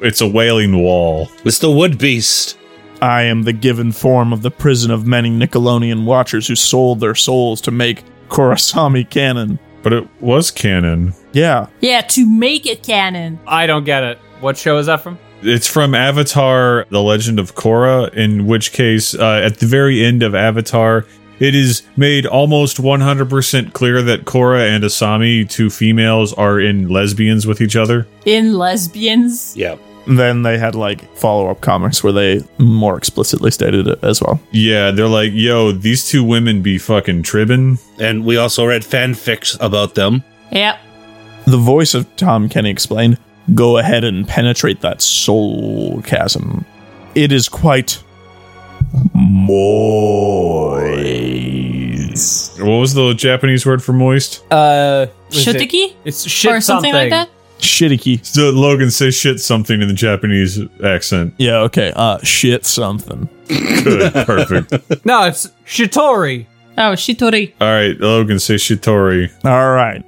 S2: it's a wailing wall.
S4: It's the wood beast.
S5: I am the given form of the prison of many Nickelodeon watchers who sold their souls to make Korosami canon.
S2: But it was canon.
S5: Yeah.
S3: Yeah, to make it canon.
S1: I don't get it. What show is that from?
S2: It's from Avatar: The Legend of Korra. In which case, uh, at the very end of Avatar, it is made almost 100% clear that Korra and Asami, two females, are in lesbians with each other.
S3: In lesbians.
S4: Yeah.
S5: Then they had like follow up comics where they more explicitly stated it as well.
S2: Yeah, they're like, "Yo, these two women be fucking tribbing."
S4: And we also read fanfics about them.
S3: Yep.
S5: The voice of Tom Kenny explained, Go ahead and penetrate that soul chasm. It is quite moist.
S2: What was the Japanese word for moist?
S1: Uh,
S3: Shotiki?
S1: It's shit
S3: or something, like that?
S5: Shitty.
S2: So Logan says shit something in the Japanese
S5: *laughs*
S2: accent.
S5: Yeah, okay. Uh, shit something.
S2: Good, perfect.
S1: No, it's Shitori.
S3: Oh, Shitori.
S2: All right, Logan say Shitori.
S5: All right.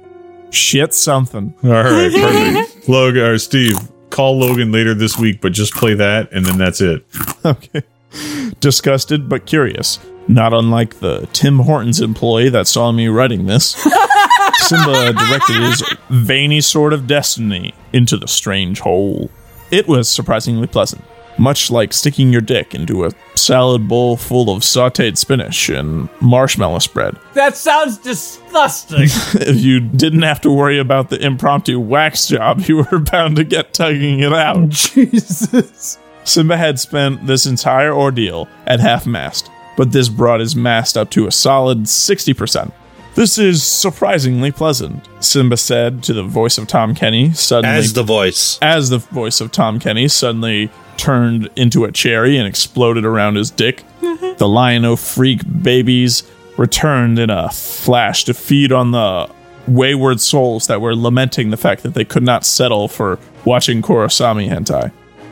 S5: Shit something.
S2: All right, perfect. Logan or Steve, call Logan later this week, but just play that and then that's it.
S5: *laughs* Okay. Disgusted but curious. Not unlike the Tim Hortons employee that saw me writing this, Simba directed his veiny sword of destiny into the strange hole. It was surprisingly pleasant, much like sticking your dick into a salad bowl full of sauteed spinach and marshmallow spread.
S1: That sounds disgusting.
S5: if *laughs* you didn't have to worry about the impromptu wax job, *laughs* you were bound to get tugging it out.
S1: Jesus.
S5: Simba had spent this entire ordeal at half mast, but this brought his mast up to a solid 60%. This is surprisingly pleasant, Simba said to the voice of Tom Kenny, suddenly
S4: As the voice.
S5: as the voice of Tom Kenny suddenly turned into a cherry and exploded around his dick. the lion o freak babies returned in a flash to feed on the wayward souls that were lamenting the fact that they could not settle for watching Korosami hentai.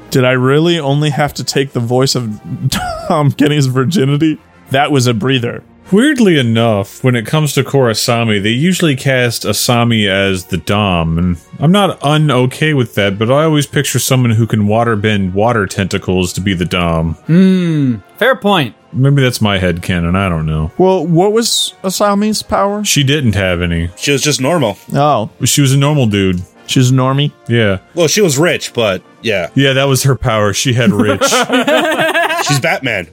S5: Did I really only have to take the voice of *laughs* Tom Kenny's virginity? That was a breather.
S2: Weirdly enough, when it comes to Korasami, they usually cast Asami as the Dom, and I'm not un-okay with that, but I always picture someone who can waterbend water tentacles to be the Dom.
S14: Hmm, fair point.
S2: Maybe that's my head headcanon, I don't know.
S5: Well, what was Asami's power?
S2: She didn't have any.
S4: She was just normal.
S5: Oh.
S2: She was a normal dude.
S5: She was normie?
S2: Yeah.
S4: Well, she was rich, but yeah.
S2: Yeah, that was her power. She had rich.
S4: She's Batman.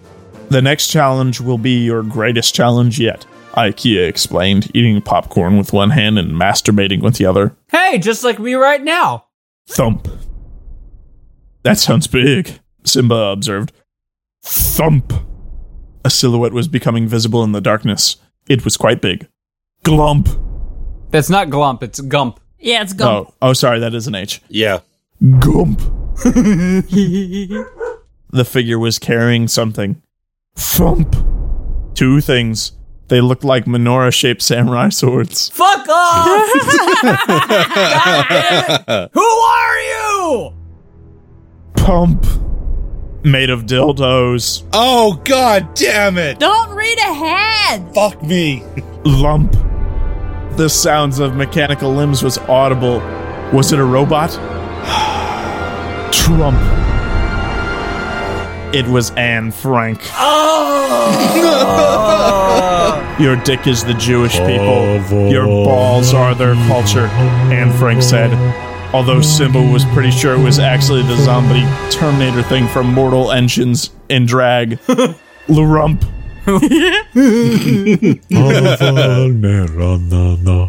S5: The next challenge will be your greatest challenge yet. IKEA explained, eating popcorn with one hand and masturbating with the other.
S1: Hey, just like me right now.
S5: Thump. That sounds big, Simba observed. Thump. A silhouette was becoming visible in the darkness. It was quite big. Glump.
S1: That's not glump, it's gump.
S3: Yeah, it's gump.
S5: Oh, oh sorry, that is an H.
S4: Yeah.
S5: Gump. the figure was carrying something. Thump. Two things. They looked like menorah shaped samurai swords.
S1: Fuck off! *laughs* God damn it! Who are you?
S5: Pump. Made of dildos.
S4: Oh, god damn it!
S3: Don't read ahead!
S4: Fuck me!
S5: Lump. The sounds of mechanical limbs was audible. Was it a robot? *sighs* Trump. It was Anne Frank.
S1: Oh!
S5: Your dick is the Jewish people. Your balls are their culture, Anne Frank said. Although Simba was pretty sure it was actually the zombie Terminator thing from Mortal Engines in drag. Larump.
S2: Oh.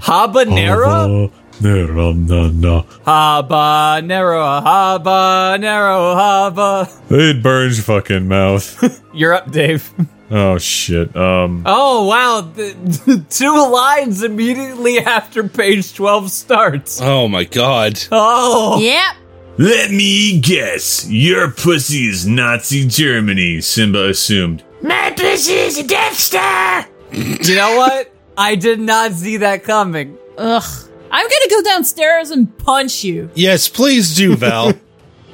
S1: Habanero?
S6: Habanero?
S1: Habanero, habanero, haba.
S2: It burns your fucking mouth. *laughs*
S1: You're up, Dave. *laughs*
S2: oh shit. Um.
S1: Oh, wow. The, *laughs* two lines immediately after page 12
S4: *laughs*
S1: starts.
S4: Oh my god.
S1: Oh.
S3: Yep.
S6: Let me guess. Your pussy is Nazi Germany, Simba assumed.
S9: My pussy is a Death Star!
S1: You know what? I did not see that coming.
S3: Ugh. I'm gonna go downstairs and punch you.
S4: Yes, please do, *laughs* Val.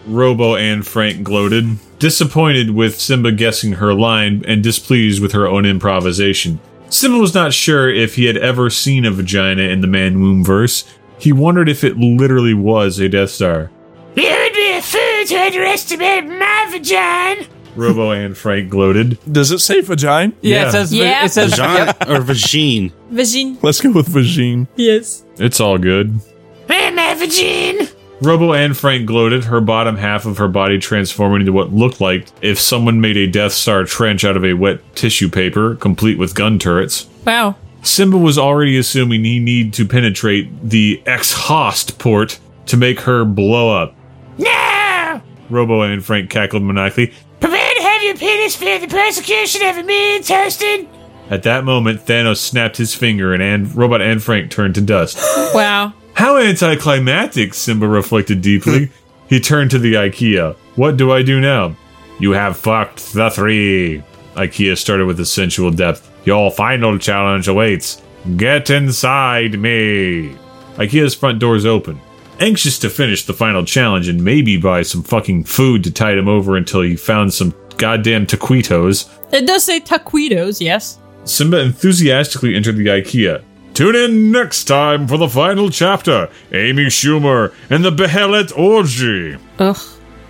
S2: Robo and Frank gloated, disappointed with Simba guessing her line and displeased with her own improvisation. Simba was not sure if he had ever seen a vagina in the man womb verse. He wondered if it literally was a Death Star.
S9: You would be a fool to underestimate my vagina!
S2: Robo and Frank gloated.
S5: Does it say vagina?
S1: Yeah, it says.
S3: Yeah.
S1: It says
S4: Vagina or vagine?
S3: Vagine.
S5: Let's go with *laughs* vagine.
S3: Yes.
S2: It's all good.
S9: Hey, my vagina!
S2: Robo and Frank gloated, her bottom half of her body transforming into what looked like if someone made a Death Star trench out of a wet tissue paper, complete with gun turrets.
S3: Wow.
S2: Simba was already assuming he need to penetrate the exhaust port to make her blow up.
S9: No!
S2: Robo and Frank cackled maniacally.
S9: Prepare to have your penis fear the persecution of a mean toasted.
S2: At that moment, Thanos snapped his finger and An- Robot and Frank turned to dust.
S3: Wow.
S2: How anticlimactic, Simba reflected deeply. he turned to the IKEA. What do I do now? You have fucked the three. IKEA started with a sensual depth. Your final challenge awaits. Get inside me. IKEA's front doors open. Anxious to finish the final challenge and maybe buy some fucking food to tide him over until he found some goddamn taquitos,
S3: It does say taquitos, yes.
S2: Simba enthusiastically entered the IKEA. Tune in next time for the final chapter Amy Schumer and the Behelit Orgy.
S3: Ugh.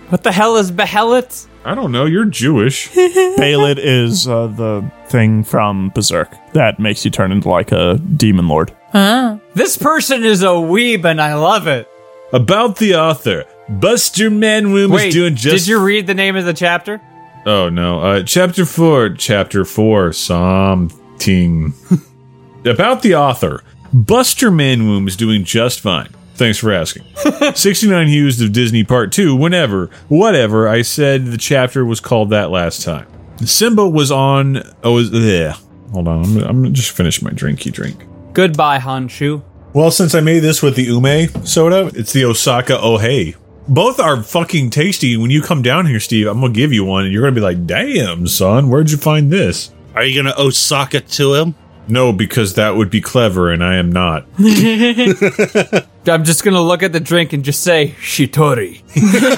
S1: What the hell is Behelit?
S2: I don't know,
S1: *laughs*
S2: you're Jewish.
S5: Balin is uh, the thing from Berserk that makes you turn into like a demon lord.
S3: Huh.
S1: This person is a weeb and I love it.
S2: About the author, Buster Manwomb
S1: Wait,
S2: is doing just.
S1: did you read the name of the chapter?
S2: oh no, uh, chapter four, chapter four, something. *laughs* About the author, Buster Manwomb is doing just fine. Thanks for asking. 69 Hughes of Disney Part 2, whenever, whatever, I said the chapter was called that last time. Simba was on. Oh, was, bleh. Hold on, I'm, I'm gonna just finish my drinky drink.
S1: Goodbye, Honshu.
S2: Well, since I made this with the ume soda, it's the Osaka Ohei. Both are fucking tasty. When you come down here, Steve, I'm gonna give you one, and you're gonna be like, "Damn, son, where'd you find this?"
S4: Are you gonna Osaka to him?
S2: No, because that would be clever, and I am not.
S1: I'm just gonna look at the drink and just say *laughs* Shitori.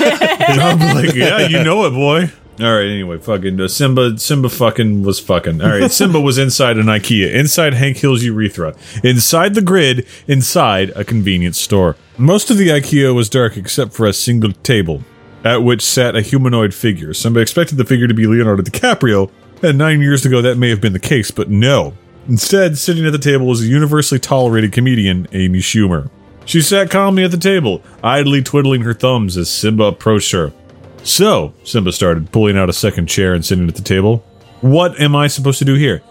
S2: I'm like, yeah, *laughs* you know it, boy. All right. Anyway, fucking uh, Simba. Simba fucking was fucking. All right. Simba was inside an IKEA, inside Hank Hill's urethra, inside the grid, inside a convenience store. Most of the IKEA was dark except for a single table, at which sat a humanoid figure. Simba expected the figure to be Leonardo DiCaprio, and nine years ago that may have been the case, but no. Instead, sitting at the table was a universally tolerated comedian, Amy Schumer. She sat calmly at the table, idly twiddling her thumbs as Simba approached her. So, Simba started, pulling out a second chair and sitting at the table. What am I supposed to do here?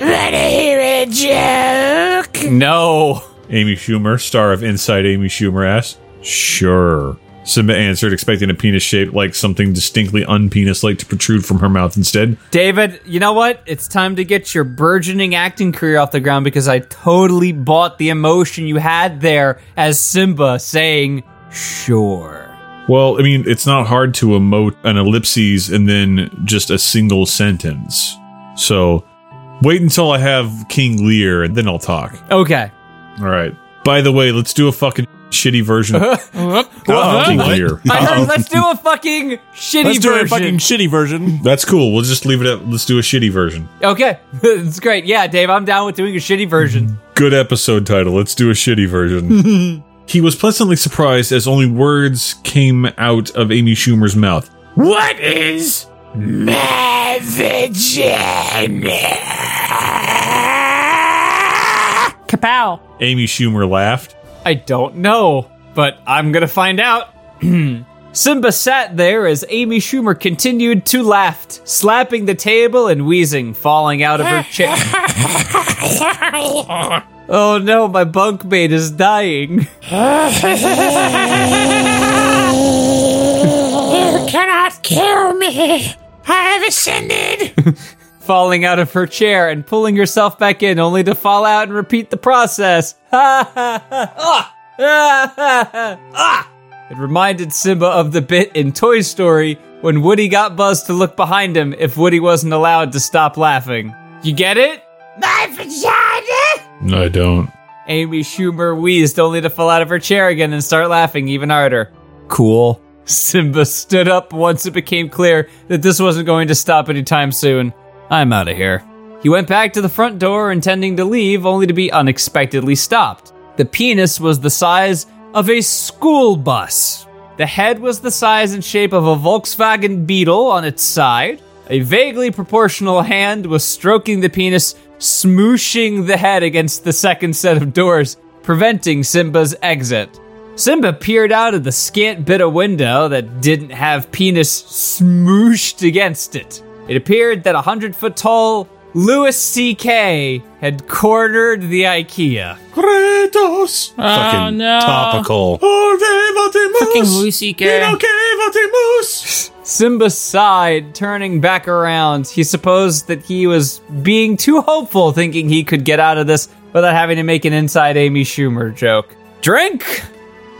S9: Wanna hear a joke?
S1: No.
S2: Amy Schumer, star of Inside Amy Schumer, asked. Sure. Simba answered, expecting a penis shape like something distinctly unpenis like to protrude from her mouth instead.
S1: David, you know what? It's time to get your burgeoning acting career off the ground because I totally bought the emotion you had there as Simba saying, sure.
S2: Well, I mean, it's not hard to emote an ellipses and then just a single sentence. So wait until I have King Lear and then I'll talk.
S1: *laughs* Okay.
S2: All right. By the way, let's do a fucking shitty version of King Lear.
S1: I heard, let's do a fucking shitty
S5: Let's do
S1: version.
S5: a fucking shitty version.
S2: That's cool. We'll just leave it at let's do a shitty version.
S1: okay. *laughs* it's great. Yeah, Dave, I'm down with doing a shitty version.
S2: Good episode title. Let's do a shitty
S3: *laughs*
S2: version. he was pleasantly surprised as only words came out of Amy Schumer's mouth.
S9: What is my vagina?
S3: Kapow.
S2: Amy Schumer laughed.
S1: I don't know, but I'm gonna find out. *clears throat* Simba sat there as Amy Schumer continued to laugh, slapping the table and wheezing, falling out of her chair. oh no, my bunkmate is dying. *laughs*
S9: you cannot kill me. I have ascended.
S1: falling out of her chair and pulling herself back in, only to fall out and repeat the process. *laughs* Ha ha ha! *laughs* Ah! Ah! ha, ha, Ah! It reminded Simba of the bit in Toy Story when Woody got Buzz to look behind him if Woody wasn't allowed to stop laughing. You get it?
S9: My vagina?
S2: I don't.
S1: Amy Schumer wheezed only to fall out of her chair again and start laughing even harder. Cool. Simba stood up once it became clear that this wasn't going to stop anytime soon. I'm out of here. He went back to the front door intending to leave, only to be unexpectedly stopped. The penis was the size of a school bus. The head was the size and shape of a Volkswagen Beetle on its side. A vaguely proportional hand was stroking the penis, smooshing the head against the second set of doors, preventing Simba's exit. Simba peered out of the scant bit of window that didn't have penis smooshed against it. It appeared that a hundred foot tall Louis C.K. had cornered the IKEA.
S13: Kratos!
S3: Oh, no. Fucking Louis C.K.
S1: Simba sighed, turning back around. He supposed that he was being too hopeful, thinking he could get out of this without having to make an inside Amy Schumer joke. Drink!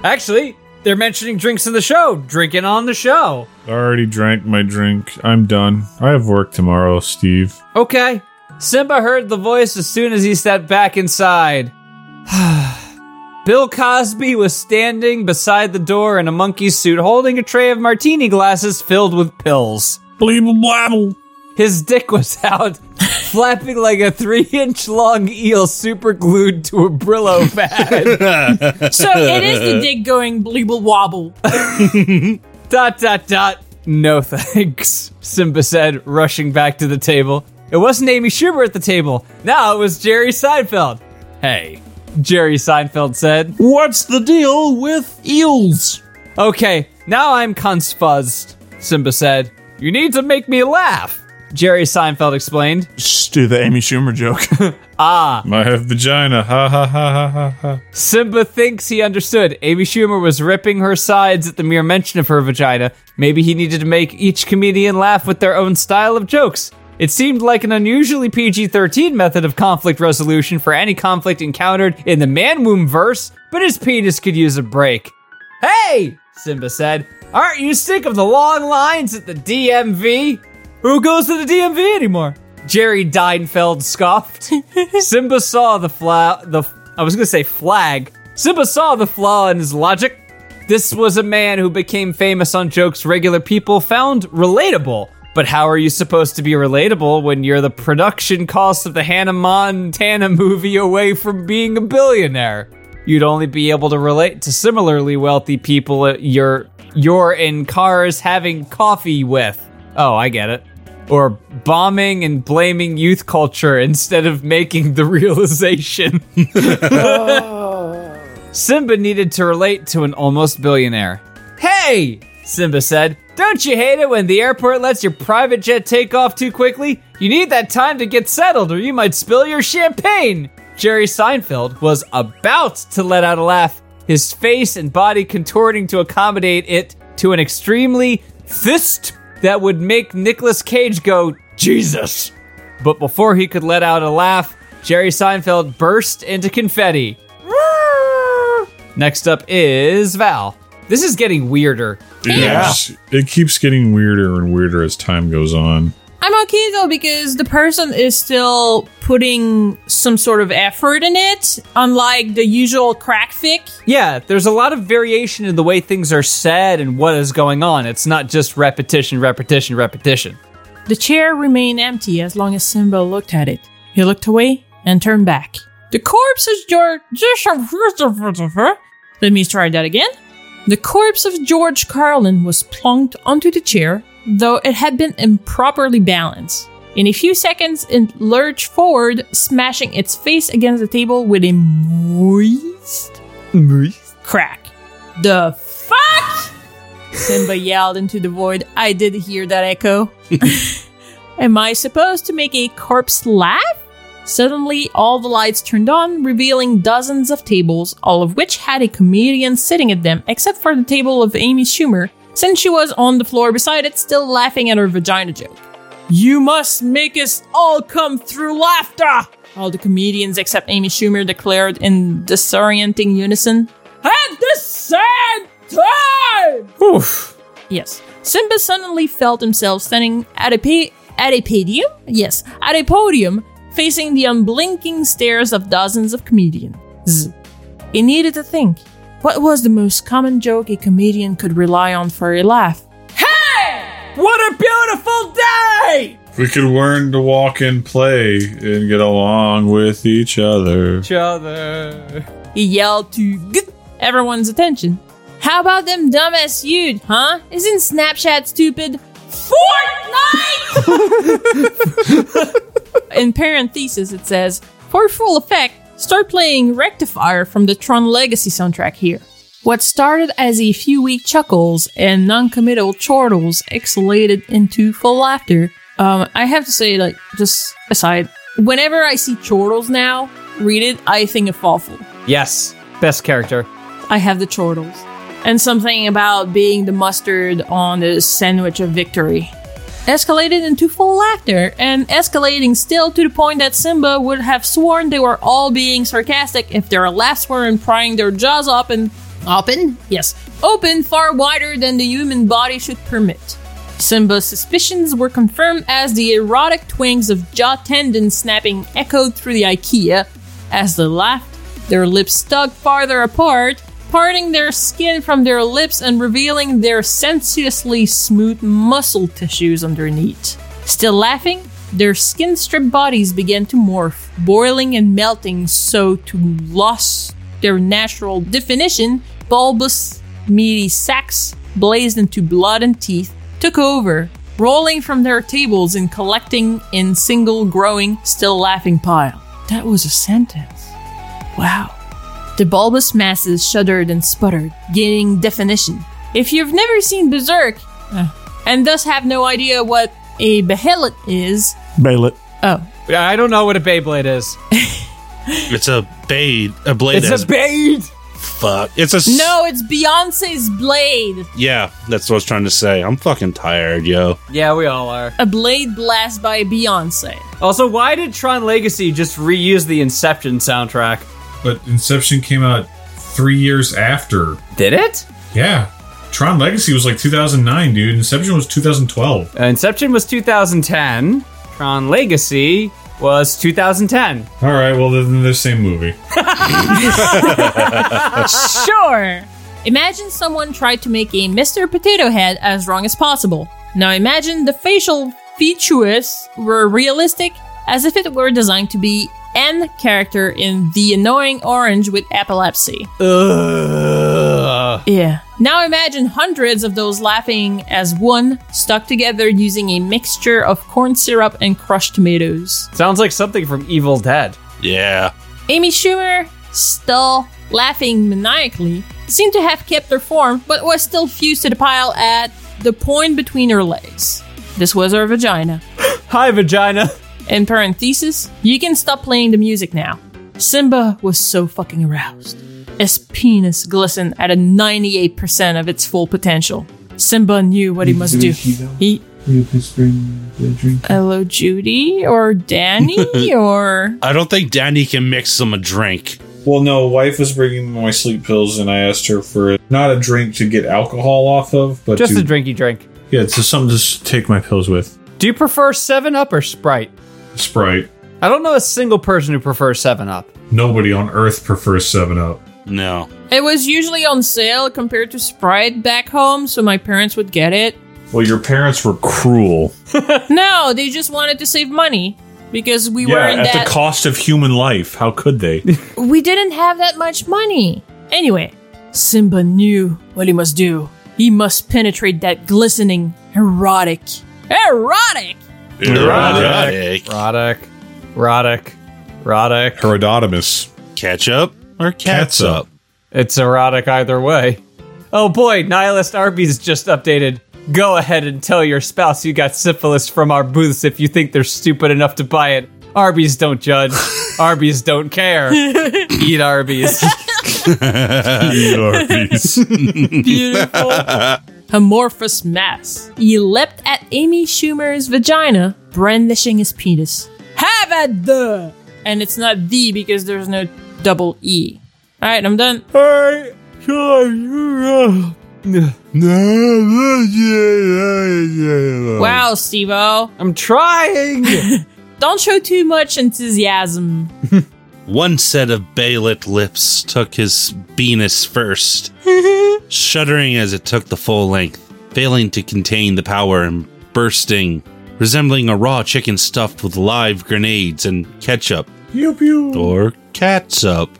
S1: Actually, they're mentioning drinks in the show. Drinking on the show.
S2: I already drank my drink. I'm done. I have work tomorrow, Steve.
S1: Okay. Simba heard the voice as soon as he stepped back inside. *sighs* Bill Cosby was standing beside the door in a monkey suit holding a tray of martini glasses filled with pills.
S5: Bleeble blabble.
S1: His dick was *laughs* out, flapping like a three inch long eel super glued to a Brillo *laughs* pad.
S3: So it is the dick going bleeble wobble.
S1: dot dot dot. No *laughs* thanks, Simba said, rushing back to the table. It wasn't Amy Schumer at the table. Now it was Jerry Seinfeld. Hey, Jerry Seinfeld said.
S5: What's the deal with eels?
S1: Okay, now I'm confuzzed, Simba said. You need to make me laugh, Jerry Seinfeld explained.
S5: Just do the Amy Schumer joke. *laughs*
S1: Ah,
S2: I have vagina. Ha ha ha ha ha ha.
S1: Simba thinks he understood. Amy Schumer was ripping her sides at the mere mention of her vagina. Maybe he needed to make each comedian laugh with their own style of jokes. It seemed like an unusually PG 13 method of conflict resolution for any conflict encountered in the man womb verse, but his penis could use a break. Hey! Simba said. Aren't you sick of the long lines at the DMV? Who goes to the DMV anymore? Jerry Deinfeld scoffed. Simba saw the flag. The I was gonna say flag. Simba saw the flaw in his logic. This was a man who became famous on jokes regular people found relatable. But how are you supposed to be relatable when you're the production cost of the Hannah Montana movie away from being a billionaire? You'd only be able to relate to similarly wealthy people that you're you're in cars having coffee with. Oh, I get it. Or bombing and blaming youth culture instead of making the *laughs* realization. Simba needed to relate to an almost billionaire. Hey, Simba said, don't you hate it when the airport lets your private jet take off too quickly? You need that time to get settled or you might spill your champagne. Jerry Seinfeld was about to let out a laugh, his face and body contorting to accommodate it to an extremely fist that would make Nicolas Cage go, Jesus! But before he could let out a laugh, Jerry Seinfeld burst into confetti. Next up is Val. This is getting weirder.
S2: It is- It keeps getting weirder and weirder as time goes on.
S3: I'm okay though because the person is still putting some sort of effort in it, unlike the usual crack fic.
S1: Yeah, there's a lot of variation in the way things are said and what is going on. It's not just repetition, repetition, repetition.
S3: The chair remained empty as long as Simba looked at it. He looked away and turned back. The corpse of George. Let me try that again. The corpse of George Carlin was plonked onto the chair, though it had been improperly balanced. In a few seconds, it lurched forward, smashing its face against the table with a moist crack. The *laughs* fuck? Simba yelled into the void. I did hear that echo. Am I supposed to make a corpse laugh? Suddenly, all the lights turned on, revealing dozens of tables, all of which had a comedian sitting at them, except for the table of Amy Schumer, since she was on the floor beside it, still laughing at her vagina joke. You must make us all come through laughter! All the comedians except Amy Schumer declared in disorienting unison. At the same time! Oof. Yes. Simba suddenly felt himself standing at a pa- at a podium? Yes, at a podium, facing the unblinking stares of dozens of comedians. He needed to think. What was the most common joke a comedian could rely on for a laugh? What a beautiful day!
S2: We could learn to walk and play and get along with each other.
S1: Each other.
S3: He yelled to get everyone's attention. How about them dumb SU'd, huh? Isn't Snapchat stupid? Fortnite! *laughs* In parenthesis, it says, for full effect, start playing Rectifier from the Tron Legacy soundtrack here. What started as a few weak chuckles and non-committal chortles exhalated into full laughter. Um, I have to say, like, just aside, whenever I see chortles now, read it, I think of awful.
S1: Yes, best character.
S3: I have the chortles. And something about being the mustard on the sandwich of victory. Escalated into full laughter, and escalating still to the point that Simba would have sworn they were all being sarcastic if their laughs weren't prying their jaws up and open? Yes, open far wider than the human body should permit. Simba's suspicions were confirmed as the erotic twinges of jaw tendon snapping echoed through the IKEA as they laughed their lips stuck farther apart, parting their skin from their lips and revealing their sensuously smooth muscle tissues underneath. Still laughing, their skin stripped bodies began to morph, boiling and melting so to lost their natural definition, bulbous, meaty sacks blazed into blood and teeth, took over, rolling from their tables and collecting in single growing, still laughing pile. That was a sentence. Wow. The bulbous masses shuddered and sputtered, gaining definition. If you've never seen Berserk, uh, and thus have no idea what a behelit is,
S5: Bail it.
S3: oh,
S1: I don't know what a Beyblade is.
S4: It's a blade. A blade.
S1: it's
S4: has-
S1: a Beyblade!
S4: fuck. It's a. s-
S3: no, it's Beyonce's blade.
S4: Yeah, that's what I was trying to say. I'm fucking tired, yo.
S1: Yeah, we all are.
S3: A blade blast by Beyonce.
S1: Also, why did Tron Legacy just reuse the Inception soundtrack?
S2: But Inception came out three years after.
S1: Did it?
S2: Yeah. Tron Legacy was like 2009, dude. Inception was 2012.
S1: Uh, Inception was 2010. Tron Legacy was 2010.
S2: All right, well, then they're the same movie.
S3: sure. Imagine someone tried to make a Mr. Potato Head as wrong as possible. Now imagine the facial features were realistic as if it were designed to be an character in The Annoying Orange with Epilepsy. Yeah. Now imagine hundreds of those laughing as one, stuck together using a mixture of corn syrup and crushed tomatoes.
S1: Sounds like something from Evil Dead.
S4: Yeah.
S3: Amy Schumer, still laughing maniacally, seemed to have kept her form but was still fused to the pile at the point between her legs. This was her vagina.
S1: Hi, vagina.
S3: In parenthesis, you can stop playing the music now. Simba was so fucking aroused. His penis glistened at a 98% of its full potential. Simba knew what he must do. He.
S10: You can bring the drink.
S3: Hello, Judy? Or
S10: *laughs*
S3: Danny? or.
S4: I don't think Danny can mix him a drink.
S2: Well, no, wife was bringing me my sleep pills, and I asked her for not a drink to get alcohol off of, but
S1: Just
S2: to,
S1: a drinky drink.
S2: Yeah, it's just something to s- take my pills with.
S1: Do you prefer 7 Up or Sprite?
S2: Sprite.
S1: I don't know a single person who prefers 7 Up.
S2: Nobody on Earth prefers Seven Up.
S4: No.
S3: It was usually on sale compared to Sprite back home, so my parents would get it.
S2: Well, your parents were cruel.
S3: no, they just wanted to save money because we were
S2: yeah,
S3: in
S2: at
S3: that.
S2: the cost of human life. How could they?
S3: we didn't have that much money. Anyway, Simba knew what he must do. He must penetrate that glistening, erotic, erotic
S4: Erotic.
S1: Roddick. Roddick. Roddick.
S2: Herodotamus.
S4: Ketchup or cats up?
S1: It's erotic either way. Oh boy, Nihilist Arby's just updated. Go ahead and tell your spouse you got syphilis from our booths if you think they're stupid enough to buy it. Arby's don't *laughs* judge. Arby's don't *laughs* care. Eat Arby's.
S3: Beautiful. amorphous mass. He leapt at Amy Schumer's vagina, brandishing his penis. Have at the! And it's not the because there's no double E. Alright, I'm done.
S5: Alright, you
S3: Wow, Steve I'm
S1: trying!
S3: Don't show too much enthusiasm.
S4: *laughs* One set of baylit lips took his penis first, shuddering as it took the full length, failing to contain the power and bursting, resembling a raw chicken stuffed with live grenades and ketchup
S13: Pew pew.
S4: or catsup.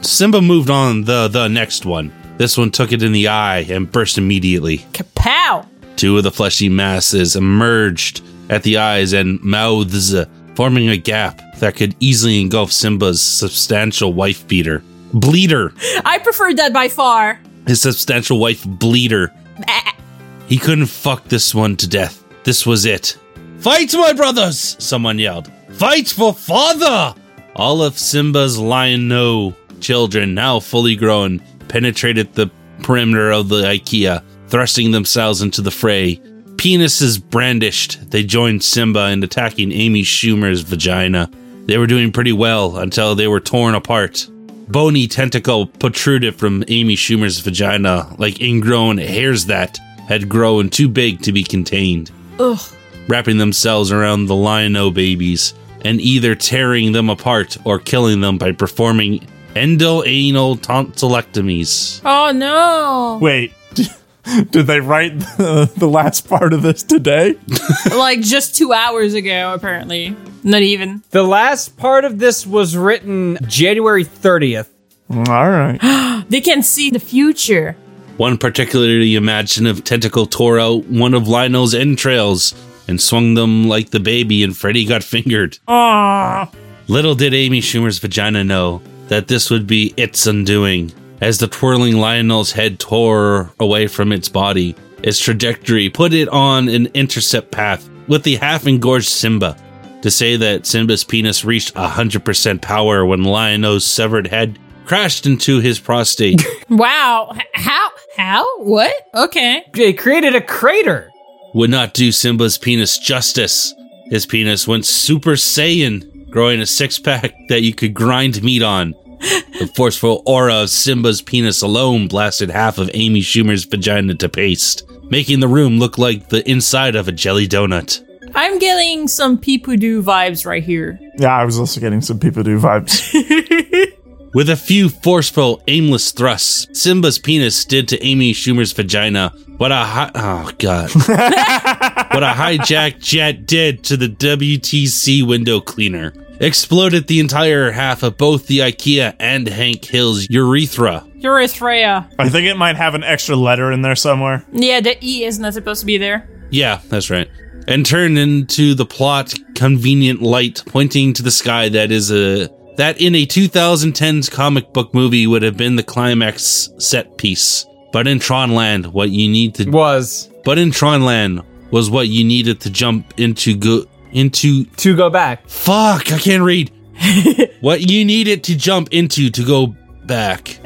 S4: Simba moved on the the next one. This one took it in the eye and burst immediately.
S3: Kapow!
S4: Two of the fleshy masses emerged at the eyes and mouths, forming a gap that could easily engulf Simba's substantial wife beater. Bleeder.
S3: I preferred that by far.
S4: His substantial wife, Bleeder. He couldn't fuck this one to death. This was it. Fight, my brothers! Someone yelled. Fight for father! All of Simba's lion no children, now fully grown, penetrated the perimeter of the IKEA, thrusting themselves into the fray. Penises brandished, they joined Simba in attacking Amy Schumer's vagina. They were doing pretty well until they were torn apart. Bony tentacle protruded from Amy Schumer's vagina like ingrown hairs that had grown too big to be contained
S3: Ugh.
S4: wrapping themselves around the lion-o babies and either tearing them apart or killing them by performing endoanal tonsillectomies.
S3: Oh no!
S5: Wait, *laughs* did they write the, the last part of this today?
S3: like just two hours ago, apparently. Not even.
S1: the last part of this was written January 30th.
S5: *laughs* All right.
S3: They can see the future.
S4: One particularly imaginative tentacle tore out one of Lionel's entrails and swung them like the baby, and Freddy got *laughs* fingered.
S5: Ah.
S4: Little did Amy Schumer's vagina know that this would be its undoing. As the twirling Lionel's head tore away from its body, its trajectory put it on an intercept path with the half engorged Simba. To say that Simba's penis reached 100% power when Lionel's severed head crashed into his prostate.
S3: Wow. H- how? How? What? Okay.
S1: They created a crater.
S4: would not do Simba's penis justice. His penis went Super Saiyan, growing a six pack that you could grind meat on. The forceful aura of Simba's penis alone blasted half of Amy Schumer's vagina to paste, making the room look like the inside of a jelly donut.
S3: I'm getting some Peepoo-Doo vibes right here.
S5: Yeah, I was also getting some people do vibes.
S4: With a few forceful, aimless thrusts, Simba's penis slid to Amy Schumer's vagina. What a hi- oh god! what a hijacked jet did to the WTC window cleaner exploded the entire half of both the IKEA and Hank Hill's urethra.
S3: Urethra.
S5: I think it might have an extra letter in there somewhere.
S3: Yeah, the E is not supposed to be there.
S4: Yeah, that's right. And turned into the plot convenient light pointing to the sky that is a that in a 2010s comic book movie would have been the climax set piece. But in Tronland, what you need to
S1: was
S4: but in Tronland was what you needed to jump into go into
S1: to go back.
S4: Fuck, I can't read. what you needed to jump into to go back.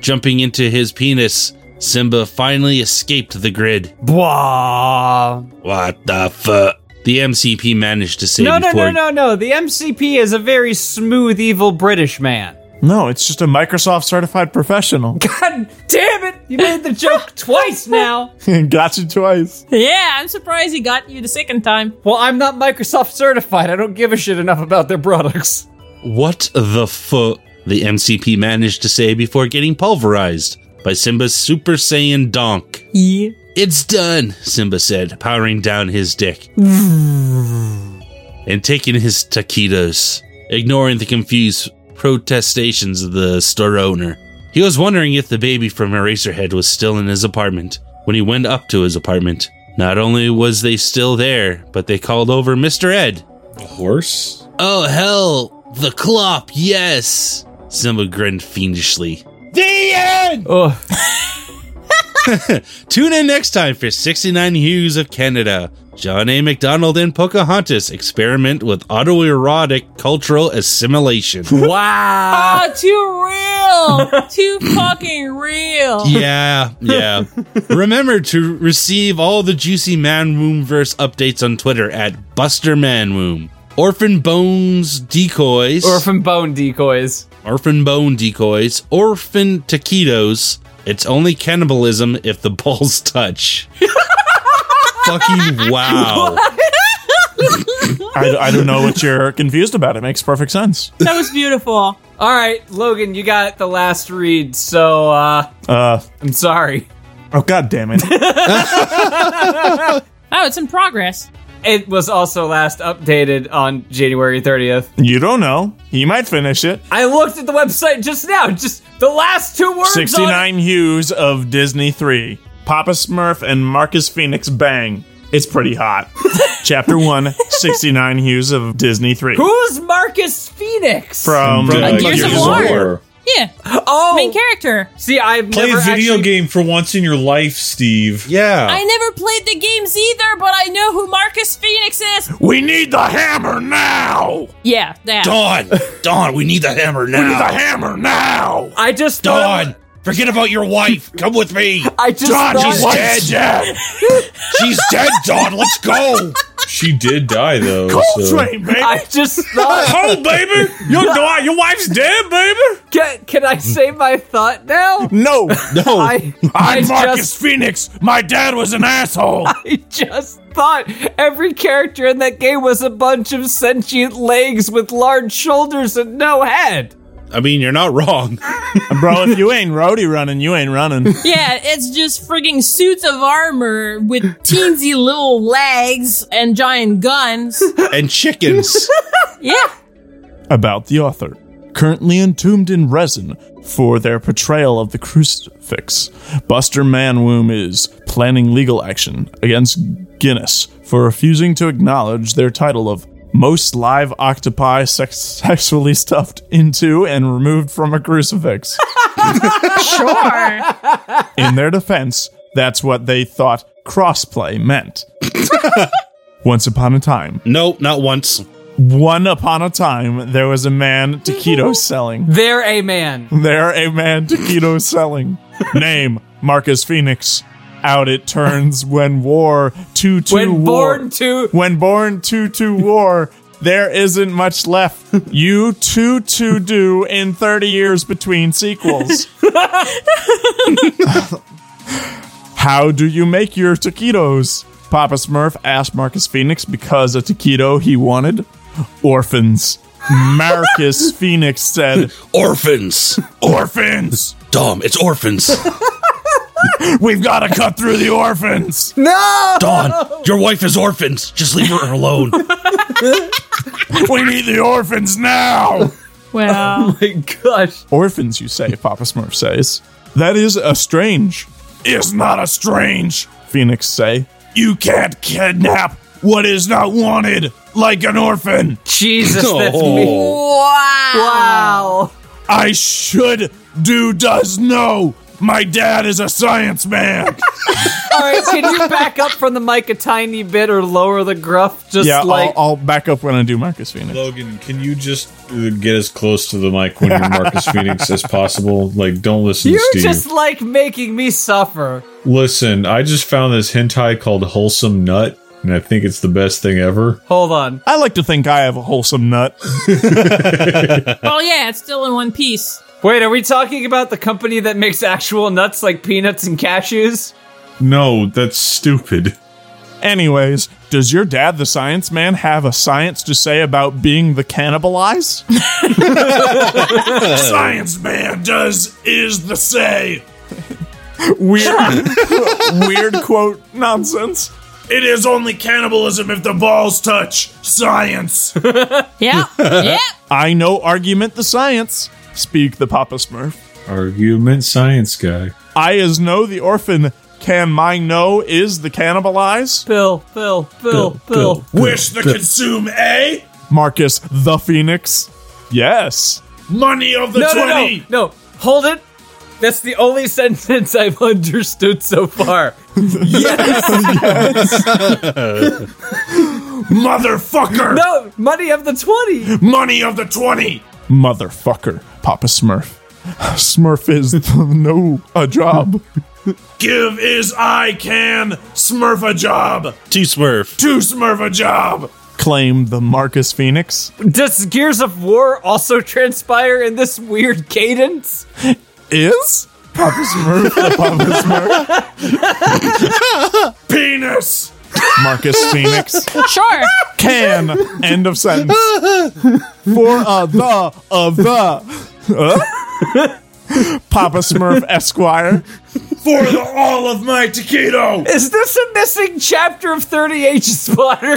S4: Jumping into his penis, Simba finally escaped the grid.
S1: Blah.
S4: What the fuck? The MCP managed to save
S1: No, no,
S4: before
S1: no, no, no. The MCP is a very smooth, evil British man.
S5: No, it's just a Microsoft certified professional. *laughs*
S1: God damn it! You made the *laughs* joke twice now.
S5: Got you twice.
S3: Yeah, I'm surprised he got you the second time.
S1: Well, I'm not Microsoft certified. I don't give a shit enough about their products.
S4: What the fuck? The MCP managed to say before getting pulverized by Simba's Super Saiyan donk.
S3: Yeah.
S4: It's done, Simba said, powering down his dick and taking his taquitos, ignoring the confused protestations of the store owner. He was wondering if the baby from Eraserhead was still in his apartment when he went up to his apartment. Not only was they still there, but they called over Mr. Ed.
S2: A horse?
S4: Oh, hell! The clop, yes! Simba grinned fiendishly.
S8: The end!
S1: Oh,
S4: *laughs* Tune in next time for 69 Hues of Canada. John A. MacDonald and Pocahontas experiment with autoerotic cultural
S8: *laughs*
S4: assimilation.
S1: wow.
S3: Oh,
S1: *laughs*
S3: too Ah, real. too fucking real.
S4: yeah, yeah. Remember to receive all the juicy Manwombverse updates on Twitter at Buster Manwomb. Orphan Bones Decoys.
S1: Orphan bone decoys.
S4: Orphan Bone Decoys. Orphan Taquitos. It's only cannibalism if the *laughs* balls touch. Fucking wow.
S5: I, I don't know what you're confused about. It makes perfect sense.
S3: That was beautiful.
S1: All right, Logan, you got the last read, so uh,
S5: Uh,
S1: I'm sorry.
S5: oh, god damn it.
S3: Oh, it's in progress.
S1: It was also last updated on January 30th.
S5: *laughs* You don't know. He might finish it.
S1: I looked at the website just now. Just the last two words. on it-
S5: 69 hues of Disney 3. Papa Smurf and Marcus Phoenix bang. It's
S13: *laughs*
S5: pretty hot. Chapter 1, 69 hues of Disney 3.
S1: Who's Marcus Phoenix?
S5: From
S2: From,
S5: uh,
S2: uh,
S3: Gears of War. Yeah.
S1: oh,
S3: Main character.
S1: see, I've
S2: Play a
S1: never
S2: video
S1: actually-
S2: game for once in your life, Steve.
S4: Yeah.
S3: I never played the games either, but I know who Marcus Phoenix is.
S13: We need the hammer now!
S3: Yeah, that.
S4: Dawn! Dawn, we need the hammer now!
S13: The hammer now!
S1: I just thought.
S4: Dawn! Forget about your wife! Come with me!
S1: I just
S13: God,
S1: thought.
S13: she's dead. dead.
S4: She's dead, Dawn! Let's go!
S2: She did die
S4: *laughs*
S2: though.
S13: Cold
S2: so-
S13: train, baby.
S1: I just
S5: *laughs*
S1: thought.
S13: Cold, baby. Your die. Your wife's dead, baby.
S1: Can, can I say my thought
S5: *laughs*
S1: now?
S5: No.
S4: No!
S1: I, I
S13: I'm Marcus
S1: just,
S13: Phoenix. My dad was an asshole.
S1: I just thought every character in that game was a bunch of sentient legs with large shoulders and no head.
S4: I mean, you're not wrong.
S5: Bro, if you ain't roadie running, you ain't running.
S3: Yeah, it's just frigging suits of armor with teensy little legs and giant guns.
S4: And chickens.
S3: Yeah.
S5: About the author. Currently entombed in resin for their portrayal of the crucifix, Buster Manwomb is planning legal action against Guinness for refusing to acknowledge their title of most live octopi sex- *laughs* sexually stuffed into and removed from a crucifix.
S3: Sure.
S5: In their defense, that's what they thought crossplay meant. Once upon a time,
S4: nope, not once.
S5: one upon a time, there was a man taquito selling.
S1: They're a man.
S5: There a man taquito selling. Name Marcus Phoenix. Out
S1: *laughs*
S5: it turns when war two two
S1: When
S5: war.
S1: born to-
S5: when born two two war. There isn't much left. You two two do in thirty years
S1: *laughs*
S5: between sequels. How do you make your taquitos? Papa Smurf asked Marcus Phoenix because of taquito he wanted orphans. Marcus
S1: *laughs*
S5: Phoenix said,
S4: Orphans.
S5: Orphans.
S4: Dom, it's orphans.
S5: *laughs* We've got to cut through the *laughs* orphans.
S1: No!
S4: Don, your wife is orphans. Just leave her alone.
S5: we need the orphans now.
S3: Wow.
S5: Oh *laughs* my gosh. Orphans, you say, Papa Smurf says. That is a strange. Is not a strange, Phoenix say. You can't kidnap what is not wanted like an orphan.
S1: Jesus, that's
S12: Oh.
S5: Oh.
S1: me.
S3: Wow.
S5: I should do does know. My dad is a science man.
S1: All right, can you back up from the mic a tiny bit or lower the gruff? Just
S5: yeah,
S1: like
S5: I'll, I'll back up when I do Marcus Phoenix.
S2: Logan, can you just uh, get as close to the mic when you're Marcus Phoenix as possible? Like, don't listen
S1: you're
S2: to Steve.
S1: just like making me suffer.
S2: Listen, I just found this hentai called Wholesome Nut, and I think it's the best thing ever.
S1: Hold on.
S5: I like to think I have a wholesome nut.
S3: Oh yeah, it's still in one piece.
S1: Wait, are we talking about the company that makes actual nuts like peanuts and cashews?
S2: No, that's stupid.
S5: Anyways, does your dad, the science man, have a science to say about being the *laughs* cannibalized?
S13: Science man does is the say.
S5: weird, *laughs* weird quote nonsense.
S13: It is only cannibalism if the balls touch. Science.
S5: *laughs*
S3: Yeah. yeah.
S5: I know argument the science. Speak the Papa Smurf.
S2: Argument science guy.
S5: I is know the orphan. Can my know is the cannibalize?
S1: Bill, Bill, Bill, Bill.
S13: Wish the consume eh? a
S5: Marcus the Phoenix. Yes.
S13: money of the
S1: No, no, no,
S13: twenty.
S1: no. Hold it. That's the only *laughs* sentence I've understood so far.
S13: Motherfucker.
S1: No, money of the 20.
S13: Money of the twenty.
S5: Motherfucker, Papa Smurf. *sighs* Smurf is *laughs* the no a job.
S13: Give is I can. Smurf a job.
S12: T Smurf.
S13: To Smurf a job.
S5: Claim the Marcus Phoenix.
S1: Does Gears of War also transpire in this weird cadence?
S5: Is Papa Smurf *laughs* the Papa
S13: *laughs*
S5: Smurf?
S13: Penis.
S5: Marcus Phoenix.
S3: Sure.
S5: Can. End of sentence. For a the of the. Huh? Papa Smurf Esquire.
S13: For the all of my taquito.
S1: Is this a missing chapter of 30 Ages Splatter? *laughs*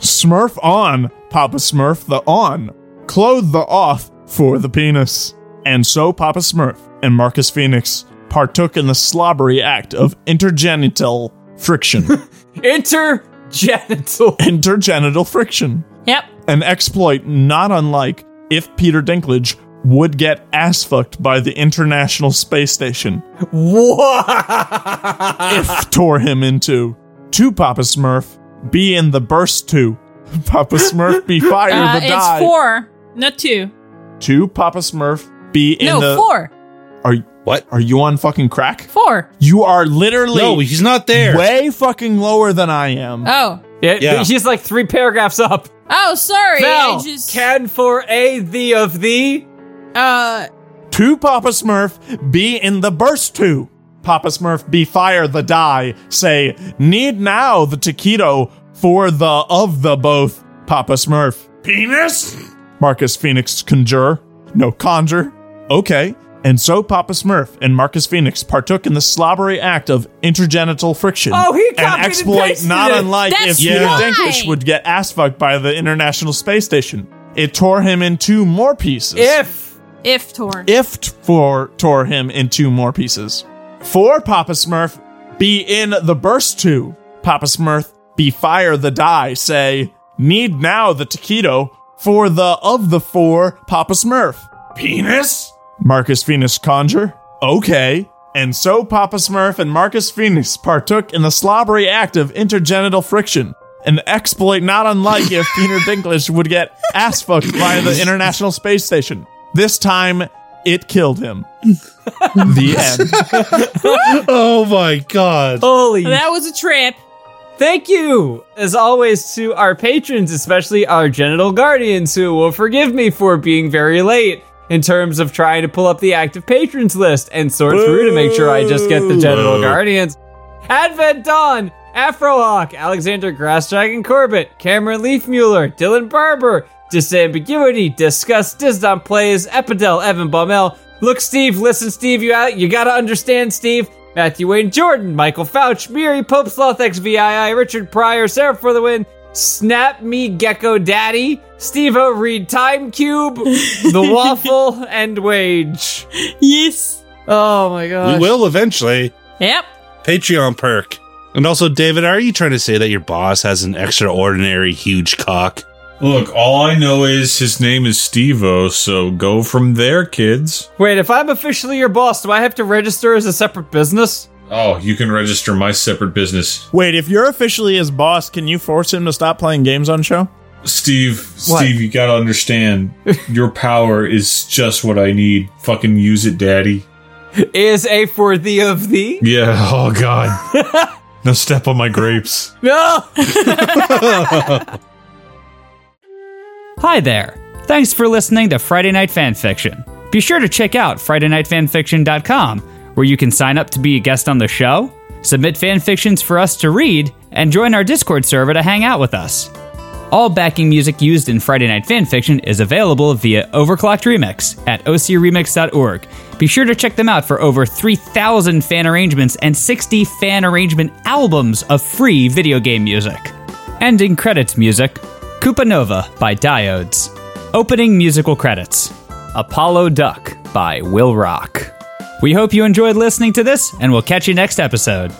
S5: Smurf on, Papa Smurf the on, clothe the off for the penis. And so Papa Smurf and Marcus Phoenix partook in the slobbery act of intergenital friction.
S13: *laughs*
S1: Intergenital. *laughs*
S5: intergenital friction.
S3: Yep.
S5: An exploit not unlike if Peter Dinklage would get ass fucked by the International Space Station
S3: Ah.
S5: if tore him into. To Papa Smurf, be in the burst to. Papa
S3: *laughs*
S5: Smurf, be fire
S3: Uh,
S5: the die.
S3: it's four, not two.
S5: To Papa Smurf, be in
S3: no,
S5: the.
S3: four.
S5: Are
S4: What?
S5: Are you on fucking crack?
S3: Four.
S5: You are literally
S4: No, he's not there.
S5: way fucking lower than I am.
S3: Oh.
S1: Yeah,
S4: Yeah.
S1: She's like three paragraphs up.
S3: Oh, sorry.
S1: Val,
S3: I just
S1: can for a the of thee?
S3: uh
S5: to Papa Smurf, be in the burst to. Papa Smurf, be fire the die. Say, need now the taquito for the of the both. Papa Smurf.
S13: Penis.
S5: Marcus Phoenix conjure. No, conjure. Okay. And so Papa Smurf and Marcus Phoenix partook in the slobbery act of intergenital friction.
S1: Oh, he copied
S5: An
S1: and
S5: exploit
S1: pasted
S5: not
S1: it.
S5: unlike
S3: That's
S5: if Peter
S3: why.
S5: Dinklage would get ass fucked by the International Space Station. It tore him in two more pieces
S1: If.
S3: if torn.
S5: if t- for tore him in two more pieces. For Papa Smurf, be in the burst two. Papa Smurf, be fire the die. Say, need now the taquito for the of the four Papa Smurf.
S13: Penis.
S5: Marcus Venus conjure. Okay. And so Papa Smurf and Marcus Venus partook in the slobbery act of intergenital friction, an exploit not unlike if Peter Dinklage would get ass fucked by the International Space Station. This time, it killed him. the end.
S4: oh my god.
S1: Holy.
S3: that was a trip.
S1: Thank you, as always, to our patrons, especially our genital guardians, who will forgive me for being very late in terms of trying to pull up the active patrons list and sort through to make sure I just get the genital guardians. Advent Dawn, Afrohawk, Alexander Grassdragon Corbett, Cameron Leafmuller, Dylan Barber, Disambiguity, Discuss, Dizdon Plays, Epidel, Evan Baumel, Look Steve, Listen Steve, you, you gotta understand Steve, Matthew Wayne Jordan, Michael Fouch, Miri Pope Sloth XVII, Richard Pryor, Sarah for the win, Snap Me Gecko Daddy, Steve O Reed Time Cube, The Waffle, and Wage.
S3: Yes.
S1: Oh my god.
S12: We will eventually.
S3: Yep.
S12: Patreon perk. And also, David, are you trying to say that your boss has an extraordinary huge cock?
S2: Look, all I know is his name is Steve O, so go from there, kids.
S1: Wait, if I'm officially your boss, do I have to register as a separate business?
S2: Oh, you can register my separate business.
S5: Wait, if you're officially his boss, can you force him to stop playing games on show?
S2: Steve, Steve, you gotta understand, your power is just what I need. Fucking use it, daddy.
S1: Is a for thee of thee?
S2: Yeah, oh god. now step on my grapes.
S1: No! Hi there. Thanks for listening to Friday Night Fanfiction. Be sure to check out FridayNightFanfiction.com, where you can sign up to be a guest on the show, submit fanfictions for us to read, and join our Discord server to hang out with us. All backing music used in Friday Night Fanfiction is available via Overclocked Remix at ocremix.org. Be sure to check them out for over 3,000 fan arrangements and 60 fan arrangement albums of free video game music. Ending credits music Koopa Nova by Diodes. Opening musical credits Apollo Duck by Will Rock. We hope you enjoyed listening to this, and we'll catch you next episode.